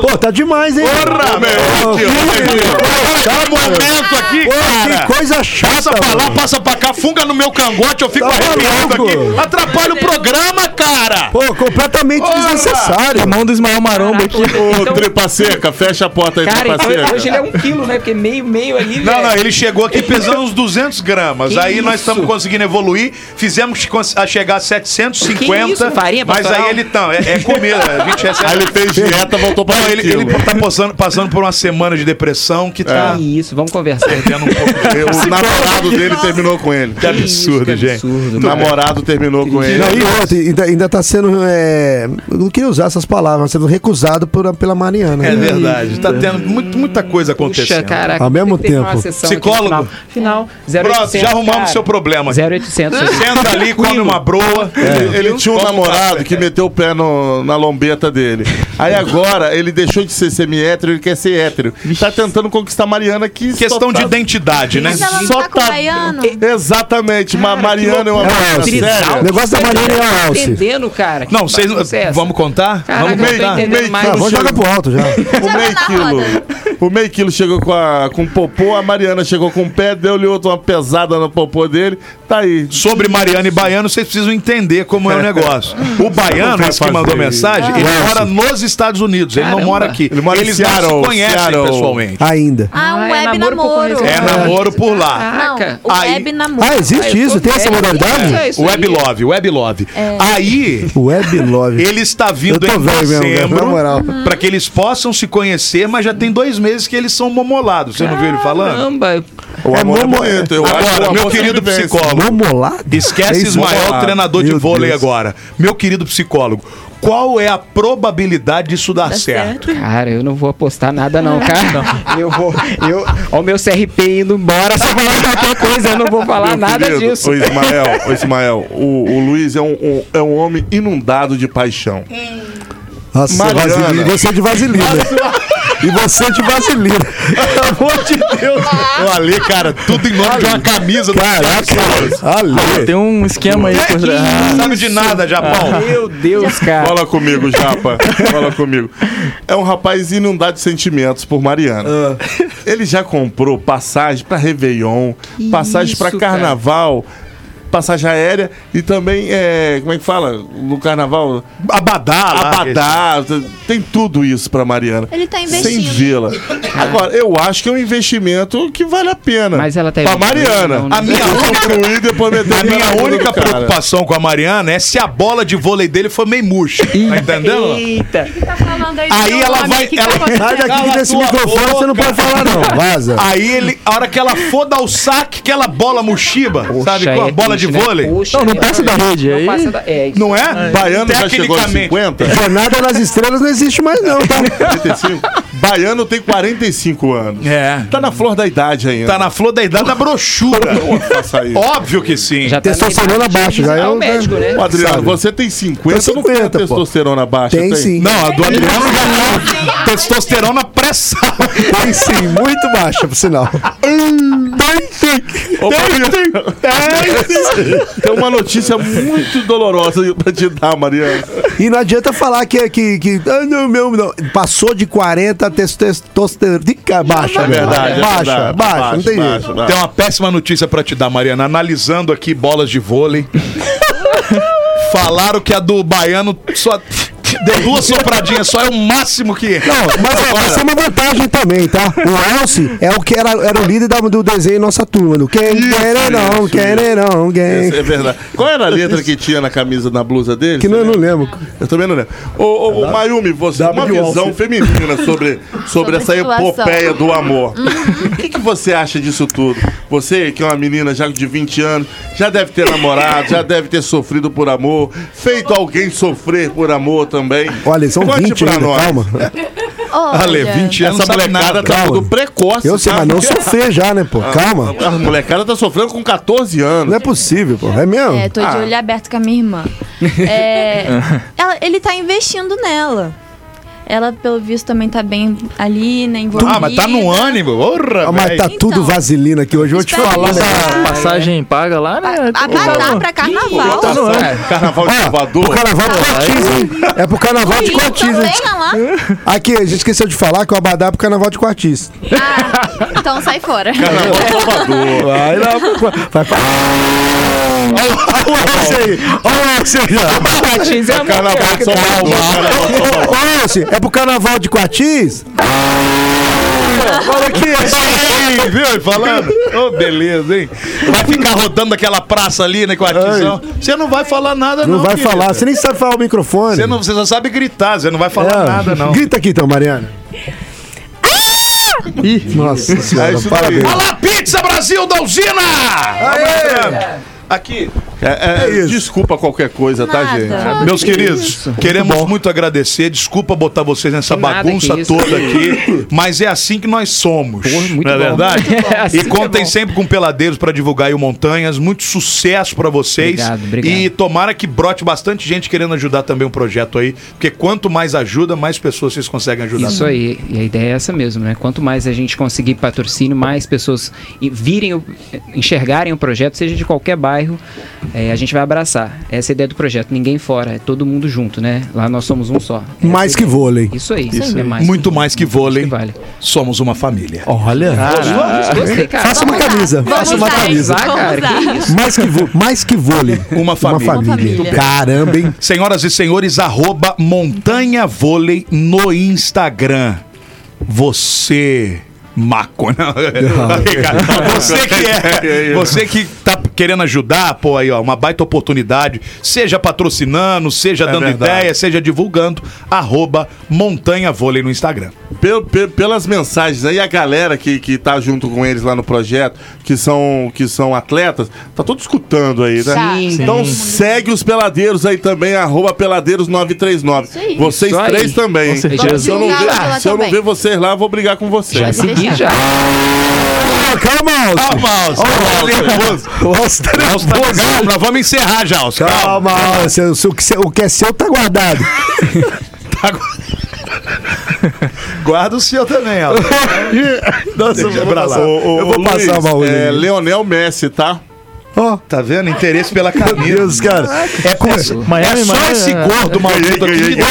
S4: Pô, tá demais, hein?
S2: Porra, meu!
S4: Ô,
S2: Aqui, ó, aqui, ó. Tá momento aqui,
S4: Pô, que
S2: cara!
S4: coisa chata,
S2: Passa pra lá,
S4: mano.
S2: passa pra cá, funga no meu cangote, eu fico
S4: Tá
S2: arrepiando
S4: maluco?
S2: aqui. Atrapalha o programa, cara!
S4: Pô, completamente desnecessário.
S7: A mão do Ismael Maromba aqui.
S5: Ô,
S2: Então-
S5: tripa seca, fecha a porta aí,
S3: Cara,
S5: tripa seca.
S3: então hoje ele é um quilo, né? Porque meio, meio ali, né?
S2: Não, é
S3: velho.
S2: não, ele chegou aqui pesando uns 200 gramas.
S3: Que
S2: aí nós
S3: isso?
S2: estamos conseguindo evoluir. Fizemos cons- a chegar a 750.
S3: Que isso, farinha
S2: mas
S3: pastoral?
S2: aí ele tá, é, é comida. A gente recebe.
S5: Aí ele um fez dieta, voltou pra
S2: Bom, ele,
S5: aquilo.
S2: ele tá passando, passando por uma semana de depressão que tá
S3: Que isso, vamos conversar.
S2: perdendo um pouco.
S5: Eu- O namorado dele terminou com ele.
S2: Que absurdo,
S3: que
S2: gente.
S3: absurdo,
S5: O
S3: cara.
S5: namorado terminou com ele.
S4: Não, e outra, ainda, ainda tá sendo. é, eu não queria usar essas palavras, mas sendo recusado por, pela Mariana.
S2: É
S4: né?
S2: verdade. Tá tendo muito- muita coisa
S3: Puxa,
S2: acontecendo.
S3: caraca.
S4: Ao mesmo
S3: tem que ter uma
S4: tempo.
S3: sessão aqui no
S2: Psicólogo.
S3: Final, final
S2: Pronto,
S3: 0800,
S2: já arrumamos
S3: cara.
S2: seu problema.
S3: 0800. gente.
S2: Senta ali, come uma broa.
S3: É.
S5: Ele, ele tinha um
S2: Toma
S5: namorado
S2: café.
S5: que meteu o pé no- na lombeta dele. Aí agora ele deixou de ser semi-hétero, ele quer ser hétero. Tá tentando conquistar Mariana que tá-
S2: Questão de identidade, né?
S8: Mas
S3: é
S8: ela não
S5: Só
S8: tá com
S5: tá-
S8: o baiano?
S5: Exatamente, mas Mariana é uma
S4: loucura.
S5: menina
S4: Trisal.
S5: séria.
S4: O negócio da Mariana é a
S3: Tá
S4: Alce.
S3: entendendo, cara? Que
S2: Não, vocês
S3: bagunça é essa?
S2: vamos contar?
S3: Caraca, Tá,
S2: vamos
S3: eu não tô
S2: contar.
S3: entendendo mais.
S4: Ah, vamos jogar pro
S2: [laughs]
S4: alto já.
S5: O meio quilo. O meio quilo chegou com, a, com popô, a Mariana chegou com o pé, deu-lhe outra uma pesada no popô dele. Tá aí.
S2: Sobre Mariana e Baiano, vocês precisam entender como
S3: [laughs]
S2: é o negócio. O Baiano, esse que mandou mensagem, ele mora nos Estados Unidos, ele não
S3: Ah, Caramba.
S2: mora aqui.
S5: Ele mora em
S2: Eles não
S5: Seattle,
S2: se conhecem
S5: Seattle.
S2: pessoalmente.
S4: Ainda.
S8: Ah,
S3: Ah,
S8: um
S3: é
S8: web
S3: namoro por
S8: namoro.
S3: correspondência.
S2: É namoro por lá.
S8: Não,
S3: Caraca.
S8: o
S2: Aí-
S8: web namoro.
S4: Ah, existe isso? Tem essa modalidade?
S3: É isso
S2: Web
S3: aí. É.
S2: Love, Web Love. Aí,
S4: Web Love.
S2: ele está
S4: Eu
S2: vindo
S4: tô
S2: em
S4: velho mesmo,
S5: né?
S4: cara, na
S2: dezembro
S4: moral.
S2: para que eles possam se conhecer, mas já tem dois meses que eles são momolados. Você não viu ele falando?
S3: Caramba,
S5: O
S4: É
S5: amor é
S4: momo-
S5: bonito. Eu acho que o
S2: Agora,
S5: amor
S2: meu querido
S5: sempre vence.
S2: psicólogo,
S4: Momolado?
S2: Esquece
S4: É isso?
S2: Ismael, treinador de
S4: Meu
S2: vôlei
S4: Deus.
S2: agora. Meu querido psicólogo, qual é a probabilidade disso dar certo?
S3: Cara, eu não vou apostar nada não, cara. Eu vou, eu, ó o meu CRP indo embora, só falando qualquer coisa, eu não vou falar
S5: Meu
S3: nada
S5: querido, é.
S3: disso.
S5: O Ismael, o, Ismael o, o Luiz é um, um- é um homem inundado de paixão.
S4: Nossa,
S5: Mariana.
S4: vaselina. E você é de vaselina. E você é de vaselina.
S5: Pelo amor de Deus. O Ale, cara, tudo em nome de uma camisa do
S4: Ale.
S7: Tem um esquema aí por trás.
S2: Não sabe de nada, Japão.
S3: Ah. Meu Deus, cara.
S5: Fala comigo, Japa. Fala comigo. É um rapaz inundado de sentimentos por Mariana.
S3: Ah.
S5: Ele já comprou passagem pra Réveillon, passagem pra
S3: isso,
S5: Carnaval, passagem aérea e também, é, como é que fala? No Carnaval,
S2: Abadá, lá.
S5: Abadá. Tem tudo isso pra Mariana.
S6: Ele tá
S5: Sem
S6: investindo.
S5: vila. Agora, eu acho que é um investimento que vale a pena.
S3: Mas ela tá
S5: Pra
S3: investindo,
S5: Mariana.
S3: não, né?
S5: A minha única, depois meter
S2: A minha
S5: na bunda
S2: única
S5: do cara.
S2: preocupação com a Mariana é se a bola de vôlei dele for meio murcha. Tá entendendo?
S3: Eita.
S8: Tá falando aí do
S2: Aí
S8: meu
S2: ela
S8: nome,
S2: vai-
S8: o que tá
S2: ela-
S8: acontecendo?
S4: Sai daqui
S2: Cala
S4: desse
S2: tua
S4: microfone, você não
S2: boca.
S4: pode falar, não. Vaza.
S2: Aí ele, a hora que ela for dar o saque, que ela bola mochiba, sabe?
S3: Poxa,
S2: Com a
S3: é
S2: bola de
S3: triste, né?
S2: vôlei.
S3: Poxa,
S7: Não, não
S3: é,
S7: passa da rede,
S3: não
S7: aí-
S3: passa da- é, isso.
S2: Não é?
S5: Baiano já chegou aos
S2: Tecnicamente.
S5: 50?
S4: Jornada nas estrelas não existe mais, não, tá?
S5: 45?
S2: [laughs]
S5: Baiano tem 45 anos.
S2: É.
S5: Tá na flor da idade né? ainda.
S2: Tá na flor da idade da
S4: [laughs]
S2: brochura.
S5: Não faça isso.
S2: Óbvio que sim.
S3: Já tá na
S4: Testosterona
S3: idade
S4: baixa,
S3: de
S4: já é
S3: visitar
S4: um-
S3: o médico, né?
S5: Ô, Adriano,
S4: Sabe?
S5: você tem 50,
S4: Tem
S5: não tem a
S4: 50, pô.
S5: testosterona baixa?
S4: Tem sim.
S2: Não, a do Adriano
S5: assim,
S2: já tá testosterona pressão.
S4: Tem sim, muito baixa, por sinal.
S5: Opa, Tem uma notícia muito dolorosa pra te dar, Mariana.
S4: E não adianta falar que. que, que ah, não, meu, não. Passou de 40 testosterona. Baixa,
S5: É verdade, é
S4: Baixa, baixa,
S5: verdade.
S4: não tem jeito.
S5: baixa.
S2: Tem uma péssima notícia pra te dar, Mariana. Analisando aqui bolas de vôlei. Falaram que a do baiano só deu duas sopradinhas, só é o máximo que.
S4: Não, mas é ó, mas tem uma vantagem também, tá? O Elcio é o que era, era o líder da- do desenho nossa turma. Do quem querer não, querer não,
S5: Essa É
S4: quem.
S5: verdade. Qual era a letra que tinha na camisa, na blusa dele?
S4: Que não, eu não lembro.
S5: Eu também não lembro. Ô, ô, ô, Mayumi, você
S4: W
S5: uma visão
S4: Alce.
S5: feminina sobre, sobre,
S8: Sobre
S5: essa
S8: situação.
S5: epopeia do amor. O que, que você acha disso tudo? Você, que é uma menina já de 20 anos, já deve ter namorado, já deve ter sofrido por amor, feito alguém sofrer por amor também.
S4: Olha, são
S5: Conte
S4: 20
S5: pra
S4: ainda,
S5: nós. É.
S4: calma.
S8: Olha,
S2: Ale, 20 anos
S5: Essa
S2: sabe
S5: molecada
S2: nada.
S5: tá
S4: Calma.
S5: tudo precoce.
S4: Eu sei,
S5: tá?
S4: mas não sofrer já, né,
S5: Ah,
S4: pô? Calma.
S5: A molecada tá sofrendo com 14 anos.
S4: Não é possível, pô. É mesmo?
S8: É, tô
S2: Ah.
S8: de olho aberto com a minha irmã.
S2: [laughs]
S8: É, ela- ele tá investindo nela. Ela, pelo visto, também tá bem ali, né? Envolvida.
S2: Ah, mas tá no ânimo. Porra,
S4: Ah, mas
S2: velho.
S4: tá tudo
S8: Então.
S4: vaselina aqui hoje. Eu vou te
S8: Espera
S4: falar.
S8: aí.
S4: né?
S7: Passagem paga lá, né?
S8: A Badá pra carnaval.
S7: Tá no ano.
S5: Carnaval de
S4: é Ah, pro
S5: Salvador.
S4: carnaval de Cotiza, hein? É pro carnaval de
S8: Ih,
S4: Cotiza.
S8: também, olha então lá.
S4: Aqui, a gente esqueceu de falar que o Abadá é pro carnaval de Cotiza.
S8: Ah, então sai fora.
S5: Carnaval de Salvador.
S4: Vai lá, vai pra. Olha o Elcio aí! Olha o Elcio aí! ó.
S3: Patins é a
S4: Ah,
S5: Carnaval de Salvador.
S4: Ô, Elcio, é pro carnaval de Coatiz?
S5: Fala aqui.
S2: Sim, viu? ele Falando. Ô, beleza, hein? Vai ficar rodando aquela praça ali, né, com a artesão. Você não vai falar nada, não.
S4: Não vai
S2: querida.
S4: falar, você nem sabe falar o microfone.
S2: Você, não, você só sabe gritar, você não vai falar
S4: É,
S2: nada, não.
S4: Grita aqui então, Mariana.
S2: Ah!
S4: Ih, nossa senhora,
S5: isso
S4: parabéns.
S2: Olá, pizza Brasil da usina! Aqui.
S5: É, é,
S4: isso.
S5: Desculpa qualquer coisa, tá,
S8: Nada.
S5: gente?
S2: Meus queridos, queremos muito agradecer. Desculpa botar vocês nessa
S3: Que nada,
S2: bagunça
S3: que isso. [laughs]
S2: toda aqui, mas é assim que nós somos.
S3: Porra, muito
S2: não é
S3: bom.
S2: verdade?
S3: Muito bom. Assim
S2: e
S3: que [laughs] é
S2: contem
S3: bom.
S2: sempre com Peladeiros para divulgar aí o Montanhas. Muito sucesso para vocês.
S3: Obrigado, obrigado.
S2: E tomara que brote bastante gente querendo ajudar também o projeto aí, porque quanto mais ajuda, mais pessoas vocês conseguem ajudar.
S3: Isso aí, e a ideia é essa mesmo, né? Quanto mais a gente conseguir patrocínio, mais pessoas e- virem, o- enxergarem o projeto, seja de qualquer bairro, eh, a gente vai abraçar. Essa é a ideia do projeto, ninguém fora, é todo mundo junto, né? Lá nós somos um só. Essa
S4: Mais
S3: é a
S4: que
S3: ideia.
S4: vôlei.
S3: Isso aí, é mais.
S2: Muito mais que vôlei,
S3: que vale.
S2: somos uma família.
S4: Olha.
S3: Gostei, cara.
S4: Ah, Faça uma camisa. Faça uma
S8: usar, hein?
S4: camisa.
S3: Vai, cara,
S8: Vamos
S3: que isso?
S4: Mais que, vô- mais que vôlei.
S2: Uma família.
S4: Uma família.
S8: família.
S4: Caramba, hein?
S2: Senhoras e senhores, arroba Montanha Vôlei no Instagram. Você. Maco, não. você que é, você que tá querendo ajudar, pô, aí, ó, uma baita oportunidade, seja patrocinando, seja dando
S5: verdade.
S2: ideia, seja divulgando, arroba Montanha Vôlei no Instagram.
S5: Pel- pe- pelas mensagens aí, a galera que, que tá junto com eles lá no projeto, que são, que são atletas, tá todo escutando aí, né?
S8: Tá.
S3: Sim.
S5: Então segue os peladeiros aí também, arroba
S8: Isso
S5: peladeiros939.
S8: aí.
S5: Vocês
S3: Isso aí.
S5: três também. hein?
S7: certeza.
S5: Se eu, não
S8: Vamos divulgar
S5: ver,
S8: lá
S5: se eu não
S8: também.
S5: ver vocês lá, eu vou brigar com
S3: Já
S5: vocês.
S3: segui já.
S4: Ah, Calma, Alcio. O Alcio tá nervoso.
S2: Nós vamos encerrar, Jaus.
S4: Calma, Alcio. O seu- o que seu- O que é seu tá guardado.
S2: Guarda o seu também, ó.
S4: Nossa, eu
S5: Deixa pra lá. Ô, ô,
S4: Eu vou
S5: ô,
S4: passar o
S5: Luiz,
S4: baú.
S5: É Leonel Messi, tá?
S4: Ó,
S2: Tá vendo? Interesse pela
S4: meu
S2: camisa.
S4: Deus, cara.
S2: É, é,
S7: Miami,
S2: é só
S7: Miami,
S2: esse
S7: é.
S2: gordo maluco aqui que dá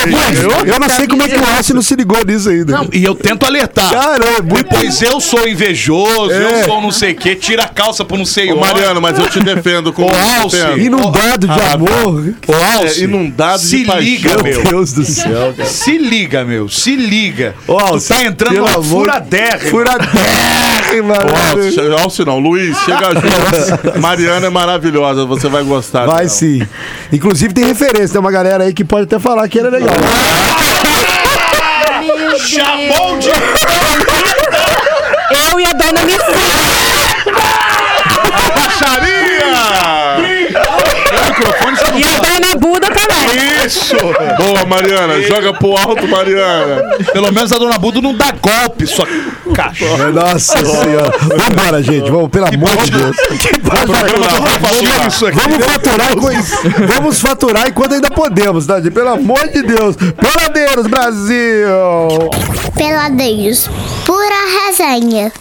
S4: Eu, não sei como é que o Alcio não se ligou nisso ainda.
S2: Não, e eu tento alertar.
S4: Cara, é muito.
S2: Pois eu sou invejoso, eu
S4: É.
S2: sou não sei o quê, tira a calça por não sei
S5: Ô,
S2: onde.
S5: Mariano, mas eu te defendo com
S2: Ô,
S5: eu te
S2: Alce,
S5: defendo.
S4: Inundado de
S5: Ah,
S4: amor.
S2: Ô, Alce,
S5: É, inundado
S2: se
S5: de paixão.
S2: liga, meu.
S4: Deus do céu, cara.
S2: Se liga, meu. Se liga.
S4: Ô,
S2: tu tá entrando
S4: pelo
S2: numa
S4: amor-
S2: furaderra.
S4: Furadérrima.
S5: Alce, che- Alce não, Luiz, chega junto. Mariana é maravilhosa, você vai gostar.
S4: Vai
S5: dela.
S4: sim. Inclusive tem referência, tem uma galera aí que pode até falar que era legal.
S8: Meu Deus.
S2: Chamou de...
S10: Eu e a dona Missy.
S5: Baixaria!
S10: E a dona Buda também.
S5: Isso! Boa, Mariana, joga pro alto, Mariana.
S2: Pelo menos a dona Budo não dá golpe, só cachorro.
S4: Nossa senhora. Vambora, gente. Vamos, pelo amor de [laughs] Deus.
S2: isso aqui.
S4: Vamos faturar, [laughs] enquanto- vamos faturar enquanto ainda podemos, tá? gente? Pelo amor de Deus. Peladeiros, Brasil!
S9: Peladeiros, pura resenha.